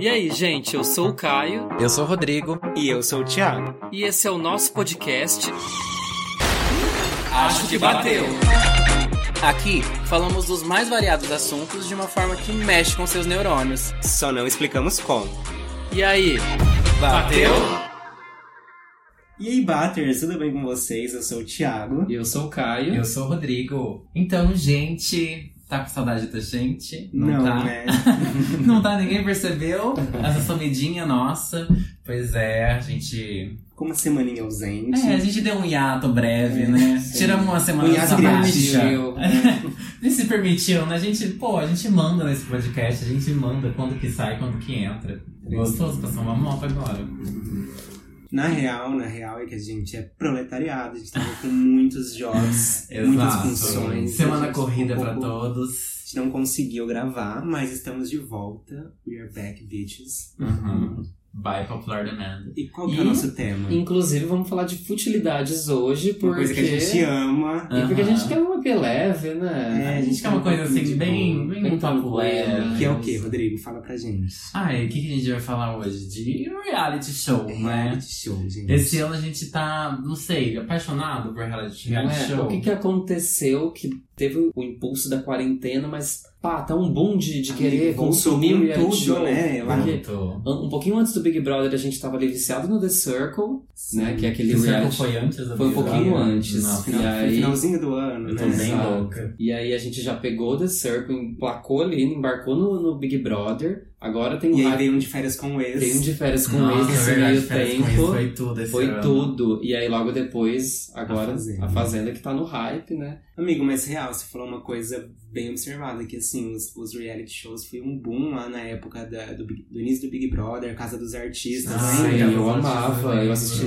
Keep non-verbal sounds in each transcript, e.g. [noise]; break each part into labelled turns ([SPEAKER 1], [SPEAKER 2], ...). [SPEAKER 1] E aí, gente, eu sou o Caio.
[SPEAKER 2] Eu sou o Rodrigo.
[SPEAKER 3] E eu sou o Thiago.
[SPEAKER 1] E esse é o nosso podcast. Acho que bateu! Aqui falamos dos mais variados assuntos de uma forma que mexe com seus neurônios.
[SPEAKER 3] Só não explicamos como.
[SPEAKER 1] E aí, bateu?
[SPEAKER 3] E aí, Batters, tudo bem com vocês? Eu sou o Thiago.
[SPEAKER 1] Eu sou o Caio.
[SPEAKER 2] Eu sou o Rodrigo. Então, gente, tá com saudade da gente? tá.
[SPEAKER 3] né?
[SPEAKER 2] [laughs] Não tá, ninguém percebeu? Essa sumidinha nossa. Pois é, a gente.
[SPEAKER 3] Com uma semaninha ausente.
[SPEAKER 2] É, tá a gente deu um hiato breve, né?
[SPEAKER 3] sim.
[SPEAKER 2] Tiramos uma semana
[SPEAKER 3] Um
[SPEAKER 2] de
[SPEAKER 3] hiato
[SPEAKER 2] sabática.
[SPEAKER 3] permitiu.
[SPEAKER 2] E se permitiu, né? A gente, pô, a gente manda nesse podcast, a gente manda quando que sai, quando que entra. Gostoso, passou uma moto agora.
[SPEAKER 3] [laughs] Na real, na real é que a gente é proletariado, a gente trabalha com muitos
[SPEAKER 2] [laughs]
[SPEAKER 3] jobs, muitas funções. A
[SPEAKER 2] Semana
[SPEAKER 3] gente
[SPEAKER 2] corrida
[SPEAKER 3] ficou um
[SPEAKER 2] pra
[SPEAKER 3] pouco-
[SPEAKER 2] todos.
[SPEAKER 3] A gente não conseguiu gravar, mas estamos de volta. We are back, bitches.
[SPEAKER 2] Uhum. By popular demand.
[SPEAKER 3] E qual que é
[SPEAKER 4] E-
[SPEAKER 3] o nosso tema?
[SPEAKER 4] Inclusive, vamos falar de futilidades hoje, porque.
[SPEAKER 3] Uma coisa que a gente ama.
[SPEAKER 4] E porque a gente
[SPEAKER 2] Aham.
[SPEAKER 4] quer uma EP leve, né?
[SPEAKER 3] É,
[SPEAKER 2] A gente quer uma coisa assim, bem, bem,
[SPEAKER 4] Tipo, Bem né?
[SPEAKER 2] papo leve.
[SPEAKER 4] tranquila.
[SPEAKER 3] Que é o que, Rodrigo? Fala pra gente.
[SPEAKER 2] Ai, o que, que a gente vai falar hoje? De reality show,
[SPEAKER 4] É,
[SPEAKER 2] né?
[SPEAKER 3] Reality show, gente.
[SPEAKER 2] Esse ano a gente tá, não sei, apaixonado por reality,
[SPEAKER 3] um
[SPEAKER 4] Não
[SPEAKER 2] reality
[SPEAKER 4] é?
[SPEAKER 2] show.
[SPEAKER 4] O que, que aconteceu que teve o impulso da quarentena, mas pá, tá um boom de, de querer consumir
[SPEAKER 3] Consumiu
[SPEAKER 4] reality
[SPEAKER 3] tudo,
[SPEAKER 4] show.
[SPEAKER 3] né? Eu acho.
[SPEAKER 4] Porque Um um pouquinho antes do Big Brother, a gente tava ali viciado no The Circle, né? Que é aquele
[SPEAKER 2] Será que
[SPEAKER 4] reality.
[SPEAKER 2] foi antes do
[SPEAKER 4] Foi um
[SPEAKER 2] Big
[SPEAKER 4] pouquinho
[SPEAKER 2] Brother?
[SPEAKER 4] antes.
[SPEAKER 2] Nossa,
[SPEAKER 3] Final-
[SPEAKER 4] E aí-
[SPEAKER 3] Finalzinho do ano,
[SPEAKER 2] eu tô
[SPEAKER 3] né?
[SPEAKER 2] bem
[SPEAKER 4] Exato.
[SPEAKER 2] louca.
[SPEAKER 4] E aí a gente já pegou The Circle, emplacou ali, embarcou no, no Big Brother. Agora tem
[SPEAKER 3] E
[SPEAKER 4] o
[SPEAKER 3] aí veio um de férias com o ex.
[SPEAKER 4] Tem um de férias com
[SPEAKER 2] Nossa,
[SPEAKER 4] ex nesse
[SPEAKER 2] é verdade,
[SPEAKER 4] meio
[SPEAKER 2] férias com
[SPEAKER 4] tempo.
[SPEAKER 2] ex foi tudo esse
[SPEAKER 4] Foi
[SPEAKER 2] ano.
[SPEAKER 4] tudo. E aí logo depois, agora, a
[SPEAKER 3] Fazenda.
[SPEAKER 4] Fazenda, que tá no hype, né?
[SPEAKER 3] Amigo, mas real, você falou uma coisa bem observada, que assim, os, os reality shows foi um boom lá na época da- do, Big- do início do Big Brother, Casa dos Artistas,
[SPEAKER 4] Ah,
[SPEAKER 3] lembra?
[SPEAKER 4] sim,
[SPEAKER 2] Casa
[SPEAKER 4] eu
[SPEAKER 2] dos Artistas,
[SPEAKER 4] amava, eu
[SPEAKER 2] lembro.
[SPEAKER 4] assisti,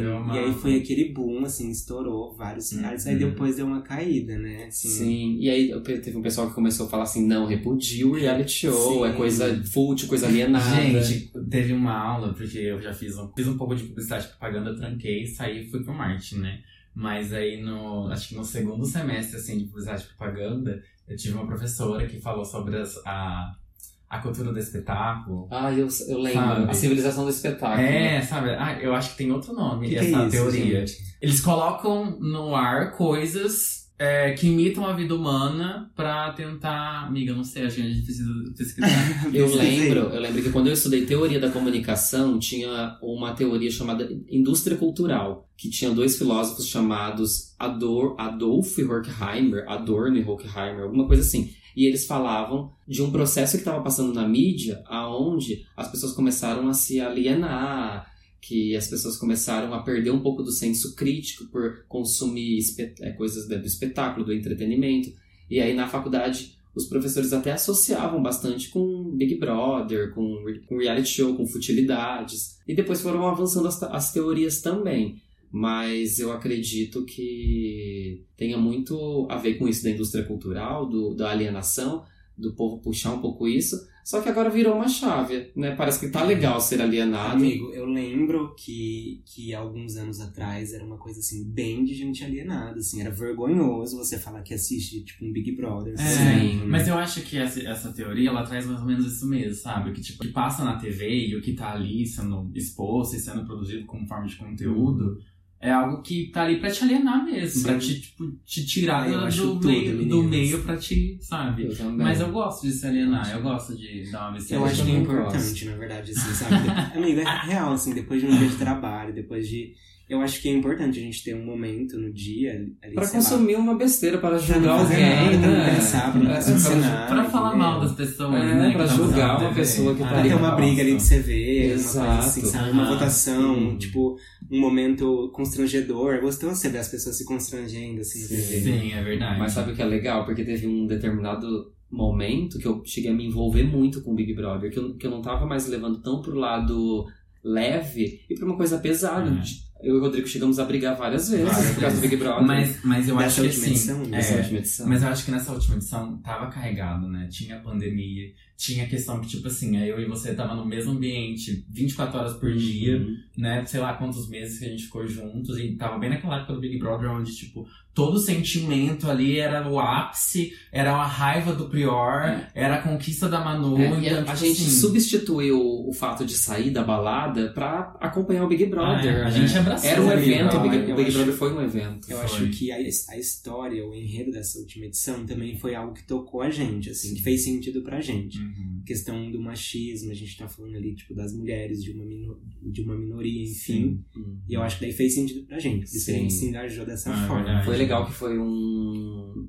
[SPEAKER 2] Eu
[SPEAKER 3] e
[SPEAKER 2] amava.
[SPEAKER 3] aí foi aquele boom, assim, estourou vários
[SPEAKER 2] Uhum.
[SPEAKER 3] lugares, aí depois deu uma caída, né? Assim,
[SPEAKER 4] Sim. E aí eu pe- teve um pessoal que começou a falar assim, não, repudia o reality show,
[SPEAKER 3] Sim.
[SPEAKER 4] é coisa fútil, coisa alienada.
[SPEAKER 2] Gente, teve uma aula, porque eu já fiz um, fiz um pouco de publicidade e propaganda, tranquei, saí e fui pro marketing, né? Mas aí, no, acho que no segundo semestre, assim, de publicidade e propaganda, eu tive uma professora que falou sobre as- a, a cultura do espetáculo.
[SPEAKER 4] Ah, eu, eu lembro.
[SPEAKER 2] Sabe?
[SPEAKER 4] A civilização do espetáculo. né?
[SPEAKER 2] É, sabe? Ah, eu acho que tem outro nome,
[SPEAKER 3] que que é
[SPEAKER 2] essa
[SPEAKER 3] isso,
[SPEAKER 2] teoria.
[SPEAKER 3] gente?
[SPEAKER 2] Eles colocam no ar coisas é, que imitam a vida humana pra tentar. Amiga, eu não sei, acho que a gente precisa pesquisar.
[SPEAKER 4] Eu
[SPEAKER 3] Pesquisei.
[SPEAKER 4] lembro, eu lembro que quando eu estudei teoria da comunicação, tinha uma teoria chamada indústria cultural, que tinha dois filósofos chamados Ador, Adolf Horkheimer, Adorno e Horkheimer, alguma coisa assim. E eles falavam de um processo que estava passando na mídia, aonde as pessoas começaram a se alienar, que as pessoas começaram a perder um pouco do senso crítico por consumir espe- eh, coisas do espetáculo, do entretenimento. E aí na faculdade os professores até associavam bastante com Big Brother, com, re- com reality show, com futilidades. E depois foram avançando as, ta- as teorias também. Mas eu acredito que tenha muito a ver com isso da indústria cultural, do, da alienação, do povo puxar um pouco isso. Só que agora virou uma chave, né? Parece que tá legal ser alienado.
[SPEAKER 3] Amigo, eu lembro que, que alguns anos atrás era uma coisa assim, bem de gente alienada, assim, era vergonhoso você falar que assiste, tipo, um Big Brother.
[SPEAKER 2] É,
[SPEAKER 3] assim, né?
[SPEAKER 2] Mas eu acho que essa, essa teoria, ela traz mais ou menos isso mesmo, sabe? Que tipo, o que passa na TV e o que tá ali sendo exposto e sendo produzido como forma de conteúdo é algo que tá ali pra te alienar mesmo,
[SPEAKER 3] Sim.
[SPEAKER 2] pra te, tipo, te tirar
[SPEAKER 3] Ah, eu
[SPEAKER 2] do,
[SPEAKER 3] acho
[SPEAKER 2] do
[SPEAKER 3] tudo,
[SPEAKER 2] meio, do
[SPEAKER 3] meninas.
[SPEAKER 2] meio pra te, sabe?
[SPEAKER 4] Eu também.
[SPEAKER 2] Mas eu gosto de se alienar, eu gosto de dar uma
[SPEAKER 3] Eu
[SPEAKER 2] viciada.
[SPEAKER 3] acho que é
[SPEAKER 4] também
[SPEAKER 3] importante, na verdade, assim, sabe? [laughs] Amigo, é real, assim, depois de um dia de trabalho, depois de. Eu acho que é importante a gente ter um momento no dia ali.
[SPEAKER 4] Pra
[SPEAKER 3] sei lá,
[SPEAKER 4] consumir uma besteira, para
[SPEAKER 3] pra
[SPEAKER 4] julgar
[SPEAKER 3] não fazer
[SPEAKER 2] é
[SPEAKER 4] alguém,
[SPEAKER 3] nada, pra
[SPEAKER 4] né?
[SPEAKER 3] não pensar, pra não
[SPEAKER 4] É,
[SPEAKER 3] funcionar.
[SPEAKER 2] Pra falar mal das
[SPEAKER 3] entendeu?
[SPEAKER 4] É,
[SPEAKER 2] pessoas, né?
[SPEAKER 4] pra
[SPEAKER 2] que tá passando
[SPEAKER 4] julgar
[SPEAKER 2] na
[SPEAKER 4] uma
[SPEAKER 2] TV.
[SPEAKER 4] pessoa que tá
[SPEAKER 2] Ah,
[SPEAKER 3] Pra ter
[SPEAKER 4] ali
[SPEAKER 3] uma
[SPEAKER 4] na
[SPEAKER 3] briga ali de
[SPEAKER 2] nossa.
[SPEAKER 3] você ver, uma coisa assim,
[SPEAKER 4] Exato.
[SPEAKER 3] sabe? Uma
[SPEAKER 2] Ah,
[SPEAKER 3] votação,
[SPEAKER 2] sim.
[SPEAKER 3] tipo, um momento constrangedor. É gostoso você ver as pessoas se constrangendo, assim, no
[SPEAKER 4] Sim.
[SPEAKER 3] TV.
[SPEAKER 2] Sim, é verdade.
[SPEAKER 4] Mas sabe o que é legal? Porque teve um determinado momento que eu cheguei a me envolver muito com o Big Brother, que eu, que eu não tava mais levando tão pro lado leve e pra uma coisa pesada.
[SPEAKER 2] É.
[SPEAKER 4] Eu e o Rodrigo chegamos a brigar várias vezes
[SPEAKER 2] Várias
[SPEAKER 4] por causa do Big Brother.
[SPEAKER 2] Mas, mas eu
[SPEAKER 3] Nessa
[SPEAKER 2] acho que
[SPEAKER 3] última
[SPEAKER 2] assim.
[SPEAKER 3] edição,
[SPEAKER 2] é,
[SPEAKER 4] Essa última edição.
[SPEAKER 2] Mas eu acho que nessa última edição tava carregado, né? Tinha a pandemia, Tinha a questão que, tipo assim, eu e você tava no mesmo ambiente 24 horas
[SPEAKER 4] Uhum.
[SPEAKER 2] por dia, né? Sei lá quantos meses que a gente ficou juntos. E tava bem naquela época do Big Brother, onde, tipo, todo sentimento ali era o ápice, era a raiva do Prior,
[SPEAKER 4] É.
[SPEAKER 2] era a conquista da Manu.
[SPEAKER 4] É, e
[SPEAKER 2] então,
[SPEAKER 4] a,
[SPEAKER 2] tipo
[SPEAKER 4] a gente
[SPEAKER 2] assim,
[SPEAKER 4] substituiu o fato de sair da balada pra acompanhar o Big Brother.
[SPEAKER 2] é, né? a
[SPEAKER 4] né?
[SPEAKER 2] gente abraçou.
[SPEAKER 4] Era um
[SPEAKER 2] o Big
[SPEAKER 4] evento, o
[SPEAKER 2] Brother.
[SPEAKER 4] Big,
[SPEAKER 3] eu
[SPEAKER 4] o Big
[SPEAKER 3] acho-
[SPEAKER 4] Brother foi um evento.
[SPEAKER 3] Eu
[SPEAKER 2] Foi.
[SPEAKER 3] acho que a, a história, o enredo dessa última edição também foi algo que tocou a gente, assim, que fez sentido pra gente.
[SPEAKER 2] Uhum.
[SPEAKER 3] A questão do machismo, a gente tá falando ali, tipo, das mulheres, de uma, mino- de uma minoria, enfim.
[SPEAKER 2] Sim.
[SPEAKER 4] Uhum.
[SPEAKER 3] E eu acho que daí fez sentido pra gente. Por isso que a
[SPEAKER 4] Sim.
[SPEAKER 3] gente se engajou dessa
[SPEAKER 2] Ah, é
[SPEAKER 3] forma.
[SPEAKER 2] verdade.
[SPEAKER 4] Foi legal que foi um,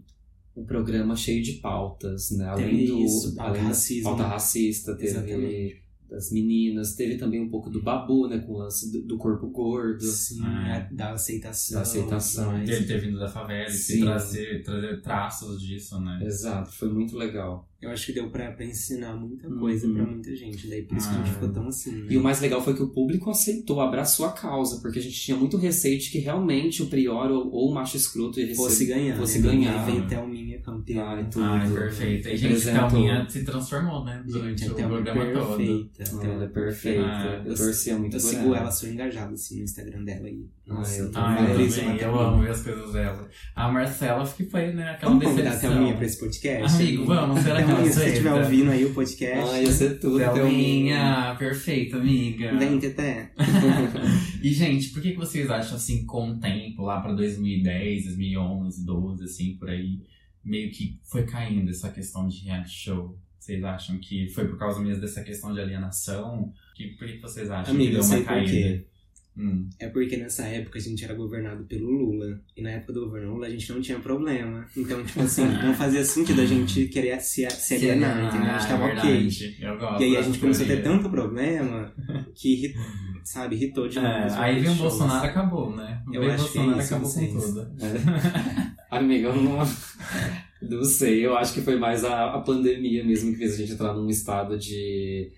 [SPEAKER 4] um programa cheio de pautas, né? Além
[SPEAKER 3] Teve
[SPEAKER 4] do
[SPEAKER 3] isso, pauta
[SPEAKER 4] além da
[SPEAKER 3] racismo.
[SPEAKER 4] pauta racista, teve
[SPEAKER 3] Exatamente.
[SPEAKER 4] das meninas, teve também um pouco do babu, né? Com o lance do, do corpo gordo.
[SPEAKER 3] Sim,
[SPEAKER 2] Ah, é.
[SPEAKER 3] a- da aceitação.
[SPEAKER 4] Da aceitação.
[SPEAKER 3] mas-
[SPEAKER 2] Dele ter vindo da favela e
[SPEAKER 4] Sim.
[SPEAKER 2] ter trazer, trazer traços disso, né?
[SPEAKER 4] Exato, foi muito legal.
[SPEAKER 3] Eu acho que deu pra, pra ensinar muita coisa
[SPEAKER 4] Uhum.
[SPEAKER 3] pra muita gente. Daí por isso que a
[SPEAKER 2] Ah.
[SPEAKER 3] gente ficou tão assim. né?
[SPEAKER 4] E o mais legal foi que o público aceitou, abraçou a causa, porque a gente tinha muito receio de que realmente o prior ou, ou o macho escroto ele
[SPEAKER 3] Fosse ganhar.
[SPEAKER 4] Fosse
[SPEAKER 3] né?
[SPEAKER 4] ganhar.
[SPEAKER 3] Veio até o né? minha campeã.
[SPEAKER 2] Ah,
[SPEAKER 4] Ai, tudo.
[SPEAKER 2] Ai, perfeito. E, gente,
[SPEAKER 4] Representou.
[SPEAKER 2] Thelminha se transformou, né? Durante
[SPEAKER 3] Gente, é um
[SPEAKER 2] o
[SPEAKER 3] a Thelma
[SPEAKER 2] programa todo.
[SPEAKER 3] perfeita.
[SPEAKER 4] Então,
[SPEAKER 3] Thelma
[SPEAKER 4] ela é perfeita.
[SPEAKER 2] Ah,
[SPEAKER 4] eu
[SPEAKER 3] eu-
[SPEAKER 4] torcia muito
[SPEAKER 3] um Eu
[SPEAKER 4] por
[SPEAKER 3] sigo
[SPEAKER 4] ela.
[SPEAKER 3] ela, sou engajado assim no Instagram dela e
[SPEAKER 4] Ah, eu
[SPEAKER 2] Ai, eu
[SPEAKER 4] Valoriza
[SPEAKER 2] também, eu amo ver as coisas dela. A Marcela que foi, né? Aquela
[SPEAKER 3] Vamos convidar a
[SPEAKER 2] decepção.
[SPEAKER 3] Thelminha pra esse podcast?
[SPEAKER 2] Amigo, vamos, será que ela
[SPEAKER 3] Thelminha, se você
[SPEAKER 2] aceita? Ah,
[SPEAKER 3] estiver ouvindo aí o podcast,
[SPEAKER 4] Ai, ia ser tudo.
[SPEAKER 3] é
[SPEAKER 4] Thelminha.
[SPEAKER 2] Thelminha, perfeita, amiga.
[SPEAKER 3] vem Teté.
[SPEAKER 2] E, gente, por que, que vocês acham, assim, com o tempo, lá pra 2010, 2011, 12, assim, por aí, meio que foi caindo essa questão de reality show? Vocês acham que foi por causa mesmo dessa questão de alienação? Que, por que que vocês acham
[SPEAKER 3] Amigo,
[SPEAKER 2] que deu
[SPEAKER 3] eu
[SPEAKER 2] uma
[SPEAKER 3] sei por
[SPEAKER 2] caída?
[SPEAKER 3] quê.
[SPEAKER 2] Hum.
[SPEAKER 3] É porque nessa época a gente era governado pelo Lula. E na época do governo Lula a gente não tinha problema. Então, tipo assim,
[SPEAKER 2] [laughs]
[SPEAKER 3] não fazia sentido a gente querer se, se alienar, entendeu? A gente tava
[SPEAKER 2] é
[SPEAKER 3] ok.
[SPEAKER 2] verdade. Eu gosto
[SPEAKER 3] E aí a
[SPEAKER 2] dessa
[SPEAKER 3] gente começou a ter
[SPEAKER 2] teoria.
[SPEAKER 3] tanto problema que, irri- sabe, irritou de
[SPEAKER 2] É,
[SPEAKER 3] novo os
[SPEAKER 2] aí vem o
[SPEAKER 3] shows.
[SPEAKER 2] Bolsonaro acabou, né?
[SPEAKER 3] Eu
[SPEAKER 2] Veio o
[SPEAKER 3] acho que é
[SPEAKER 2] Bolsonaro
[SPEAKER 3] isso,
[SPEAKER 2] acabou com
[SPEAKER 3] vocês.
[SPEAKER 2] tudo.
[SPEAKER 4] Amiga, eu não. [laughs] Não sei, eu acho que foi mais a, a pandemia mesmo que fez a gente entrar num estado de,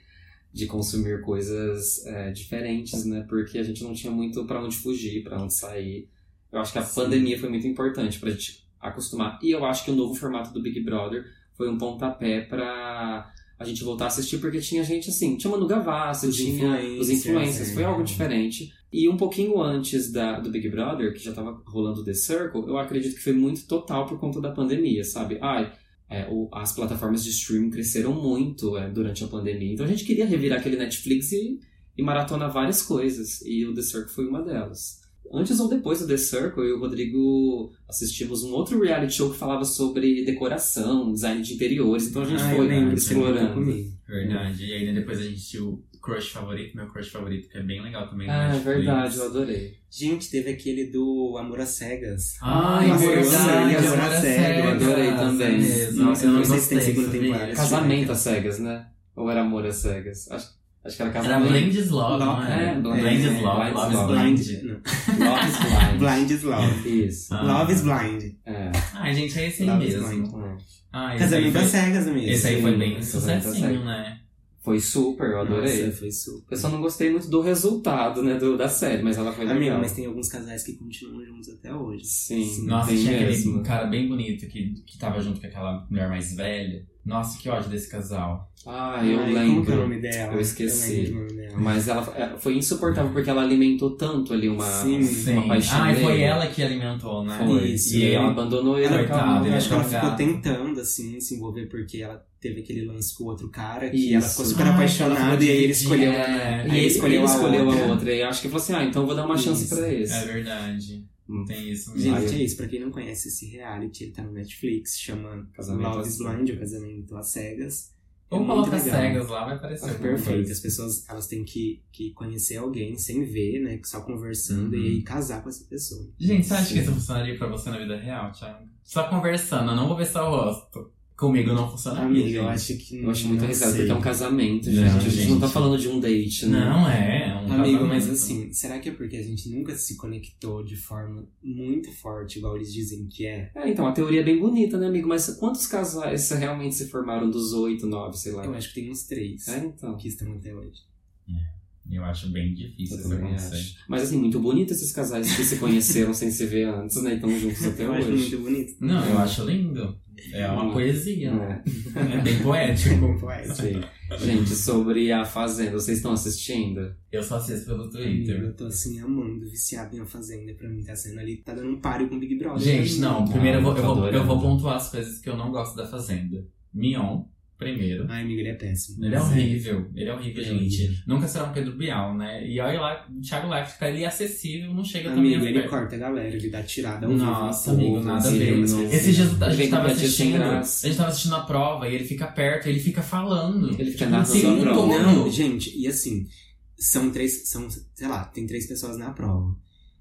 [SPEAKER 4] de consumir coisas é, diferentes, né? Porque a gente não tinha muito pra onde fugir, pra onde sair. Eu acho que a pandemia foi muito importante pra gente acostumar. E eu acho que o novo formato do Big Brother foi um pontapé pra a gente voltar a assistir, porque tinha gente assim, tinha Manu Gavassi,
[SPEAKER 3] Os
[SPEAKER 4] tinha os
[SPEAKER 3] influencers,
[SPEAKER 4] influencers,
[SPEAKER 3] é.
[SPEAKER 4] foi algo diferente. E um pouquinho antes da, do Big Brother, que já tava rolando The Circle, eu acredito que foi muito total por conta da pandemia, sabe? Ai, é, o- as plataformas de streaming cresceram muito é, durante a pandemia, então a gente queria revirar aquele Netflix e, e maratonar várias coisas, e o The Circle foi uma delas. Antes ou depois do The Circle, eu e o Rodrigo assistimos um outro reality show que falava sobre decoração, design de interiores, então a gente
[SPEAKER 3] Ah, eu
[SPEAKER 4] foi
[SPEAKER 3] lembro, você comentou
[SPEAKER 4] explorando.
[SPEAKER 3] comigo.
[SPEAKER 2] Verdade. E aí né, depois a gente tinha o crush favorito, meu crush favorito, que é bem legal também.
[SPEAKER 4] Ah, é
[SPEAKER 2] Netflix.
[SPEAKER 4] verdade, eu adorei.
[SPEAKER 3] Gente, teve aquele do Amor às Cegas.
[SPEAKER 2] Ai,
[SPEAKER 4] Nossa,
[SPEAKER 2] Ah, é verdade,
[SPEAKER 4] eu adorei,
[SPEAKER 2] Amor
[SPEAKER 3] Amor
[SPEAKER 2] às
[SPEAKER 3] à Cega, eu
[SPEAKER 4] adorei
[SPEAKER 2] Cegas,
[SPEAKER 4] também.
[SPEAKER 2] é mesmo.
[SPEAKER 3] Nossa,
[SPEAKER 2] eu não
[SPEAKER 3] não
[SPEAKER 2] gostei
[SPEAKER 3] sei se tem segunda
[SPEAKER 2] sabia?
[SPEAKER 3] temporada.
[SPEAKER 2] Esse
[SPEAKER 3] é
[SPEAKER 4] Casamento às cegas, né? Ou era amor às cegas? Acho, acho que era
[SPEAKER 2] Era
[SPEAKER 4] casamento.
[SPEAKER 2] Blind is Love, não
[SPEAKER 4] É,
[SPEAKER 2] é?
[SPEAKER 4] Blind-
[SPEAKER 2] Blind
[SPEAKER 4] é,
[SPEAKER 2] is Love,
[SPEAKER 4] Blind
[SPEAKER 2] Love
[SPEAKER 4] is
[SPEAKER 2] is
[SPEAKER 4] Love.
[SPEAKER 2] Blind.
[SPEAKER 3] não.
[SPEAKER 4] Love is blind.
[SPEAKER 3] [laughs] Blind is Love.
[SPEAKER 4] Isso.
[SPEAKER 2] Ah.
[SPEAKER 3] Love is Blind.
[SPEAKER 4] É.
[SPEAKER 2] Ai, gente, é esse aí
[SPEAKER 3] Love is
[SPEAKER 2] mesmo.
[SPEAKER 3] Blind.
[SPEAKER 4] é.
[SPEAKER 2] Ah, esse aí
[SPEAKER 3] Casamento
[SPEAKER 2] foi-
[SPEAKER 3] às Cegas mesmo.
[SPEAKER 2] Esse aí foi
[SPEAKER 4] Sim,
[SPEAKER 2] bem
[SPEAKER 4] Casamento às
[SPEAKER 2] sucessinho,
[SPEAKER 4] Cegas.
[SPEAKER 2] né?
[SPEAKER 4] Foi super, eu adorei.
[SPEAKER 3] Nossa, foi super.
[SPEAKER 4] Eu só não gostei muito do resultado, né, do, da série, mas ela foi
[SPEAKER 3] Amigo,
[SPEAKER 4] legal.
[SPEAKER 3] mas tem alguns casais que continuam juntos até hoje.
[SPEAKER 4] Sim,
[SPEAKER 2] Nossa,
[SPEAKER 4] tem
[SPEAKER 2] tinha
[SPEAKER 4] mesmo.
[SPEAKER 2] aquele cara bem bonito que, que tava junto com aquela mulher mais velha. Nossa, que ódio desse casal.
[SPEAKER 4] Ah, eu
[SPEAKER 3] Ai, Como que
[SPEAKER 4] lembro.
[SPEAKER 3] é o nome dela?
[SPEAKER 4] Eu esqueci.
[SPEAKER 3] Eu lembro o nome dela.
[SPEAKER 4] Mas ela é, foi insuportável porque ela alimentou tanto ali uma,
[SPEAKER 3] Sim.
[SPEAKER 4] uma paixão.
[SPEAKER 2] Ai, Ah, foi
[SPEAKER 4] dele.
[SPEAKER 2] ela que alimentou, né?
[SPEAKER 4] Foi.
[SPEAKER 3] Isso, né?
[SPEAKER 4] e
[SPEAKER 2] e
[SPEAKER 4] ela
[SPEAKER 2] ele-
[SPEAKER 4] abandonou ele. é
[SPEAKER 2] Ela-
[SPEAKER 4] acabou.
[SPEAKER 2] Coitada,
[SPEAKER 3] Eu acho que ela
[SPEAKER 2] Obrigado.
[SPEAKER 3] ficou tentando, assim, se envolver, porque ela teve aquele lance com o outro cara, que
[SPEAKER 4] Isso.
[SPEAKER 3] ela ficou super
[SPEAKER 2] Ai, ela
[SPEAKER 3] apaixonada,
[SPEAKER 2] ficou
[SPEAKER 3] e aí ele
[SPEAKER 2] dividida.
[SPEAKER 3] escolheu... né?
[SPEAKER 4] É,
[SPEAKER 2] Aí
[SPEAKER 4] e ele escolheu,
[SPEAKER 3] escolheu a
[SPEAKER 4] escolheu a outra.
[SPEAKER 3] outra.
[SPEAKER 4] E acho que falou assim: ah, então vou dar uma chance
[SPEAKER 3] Isso.
[SPEAKER 4] pra esse.
[SPEAKER 2] É verdade.
[SPEAKER 4] Hum.
[SPEAKER 2] Tem isso mesmo.
[SPEAKER 3] Gente,
[SPEAKER 4] Ai.
[SPEAKER 3] é isso. Pra quem não conhece esse reality, ele tá no Netflix, chama
[SPEAKER 4] Casamento
[SPEAKER 3] Love
[SPEAKER 4] às
[SPEAKER 3] is Blind, ou Casamento às Cegas.
[SPEAKER 2] Ou
[SPEAKER 3] muito
[SPEAKER 2] coloca
[SPEAKER 3] legal.
[SPEAKER 2] cegas lá, vai aparecer. alguma
[SPEAKER 3] Perfeito.
[SPEAKER 2] coisa.
[SPEAKER 3] As pessoas, elas têm que, que conhecer alguém sem ver, né? Só conversando
[SPEAKER 2] Uhum.
[SPEAKER 3] e aí casar com essa pessoa.
[SPEAKER 2] Gente, você acha
[SPEAKER 4] Sim.
[SPEAKER 2] que isso funcionaria pra você na vida real, Thiago? Só conversando, eu não vou ver seu rosto. Comigo não funcionaria.
[SPEAKER 3] Amiga, eu
[SPEAKER 2] gente.
[SPEAKER 3] acho que
[SPEAKER 4] Eu acho muito
[SPEAKER 3] não
[SPEAKER 4] arriscado,
[SPEAKER 3] sei.
[SPEAKER 4] porque é um casamento, gente.
[SPEAKER 2] Não,
[SPEAKER 4] a gente, não tá
[SPEAKER 2] gente.
[SPEAKER 4] falando de um date, né?
[SPEAKER 2] Não é. é um
[SPEAKER 3] Amigo,
[SPEAKER 2] casamento.
[SPEAKER 3] mas assim, será que é porque a gente nunca se conectou de forma muito forte, igual eles dizem que é?
[SPEAKER 4] É, então, a teoria é bem bonita, né, amigo? Mas quantos casais realmente se formaram dos oito, nove, sei lá?
[SPEAKER 3] Eu acho que tem uns três
[SPEAKER 4] É, então.
[SPEAKER 3] que estão até hoje.
[SPEAKER 2] Eu acho bem difícil
[SPEAKER 4] Eu
[SPEAKER 2] isso
[SPEAKER 4] também
[SPEAKER 2] acontecer.
[SPEAKER 4] acho. Mas assim, muito bonito esses [laughs] casais que se conheceram sem se ver antes, né? E estão juntos até
[SPEAKER 3] Eu acho
[SPEAKER 4] hoje.
[SPEAKER 3] [laughs] muito bonito.
[SPEAKER 2] Não, eu acho lindo. É uma poesia, né?
[SPEAKER 4] É.
[SPEAKER 2] É bem poético.
[SPEAKER 3] Poético.
[SPEAKER 4] Gente, sobre a Fazenda, vocês estão assistindo?
[SPEAKER 2] Eu só assisto pelo Twitter.
[SPEAKER 3] Eu tô assim, amando, viciado em A Fazenda. Pra mim, tá sendo ali, tá dando um páreo com o Big Brother. né,
[SPEAKER 2] Gente, não, primeiro eu vou, eu,
[SPEAKER 4] Não, eu tô
[SPEAKER 2] vou, eu vou
[SPEAKER 4] adorando.
[SPEAKER 2] pontuar as coisas que eu não gosto da Fazenda. Mion, primeiro.
[SPEAKER 3] Ai, amigo, ele é péssimo.
[SPEAKER 2] Ele é
[SPEAKER 3] Sério.
[SPEAKER 2] horrível, ele é horrível, gente. Nunca será um Pedro Bial, né? E olha lá, o Thiago Leifert tá ali acessível, não chega também
[SPEAKER 3] é, Amigo,
[SPEAKER 2] a
[SPEAKER 3] ele
[SPEAKER 2] perto.
[SPEAKER 3] corta a galera, ele dá tirada um ao vivo.
[SPEAKER 2] Nossa,
[SPEAKER 3] Pô,
[SPEAKER 2] amigo, nada a
[SPEAKER 3] assim,
[SPEAKER 2] ver.
[SPEAKER 3] mas-
[SPEAKER 2] Esses dias a
[SPEAKER 4] Ele
[SPEAKER 2] gente
[SPEAKER 4] vem com piadinha
[SPEAKER 2] tava
[SPEAKER 4] é sem
[SPEAKER 2] assistindo. A
[SPEAKER 4] graça.
[SPEAKER 2] gente tava assistindo a prova e ele fica perto, ele fica falando.
[SPEAKER 4] Ele fica
[SPEAKER 2] Tipo,
[SPEAKER 4] narrando
[SPEAKER 2] sim,
[SPEAKER 4] a prova.
[SPEAKER 2] todo.
[SPEAKER 3] Não, gente, e assim, são três, são, sei lá, tem três pessoas na prova.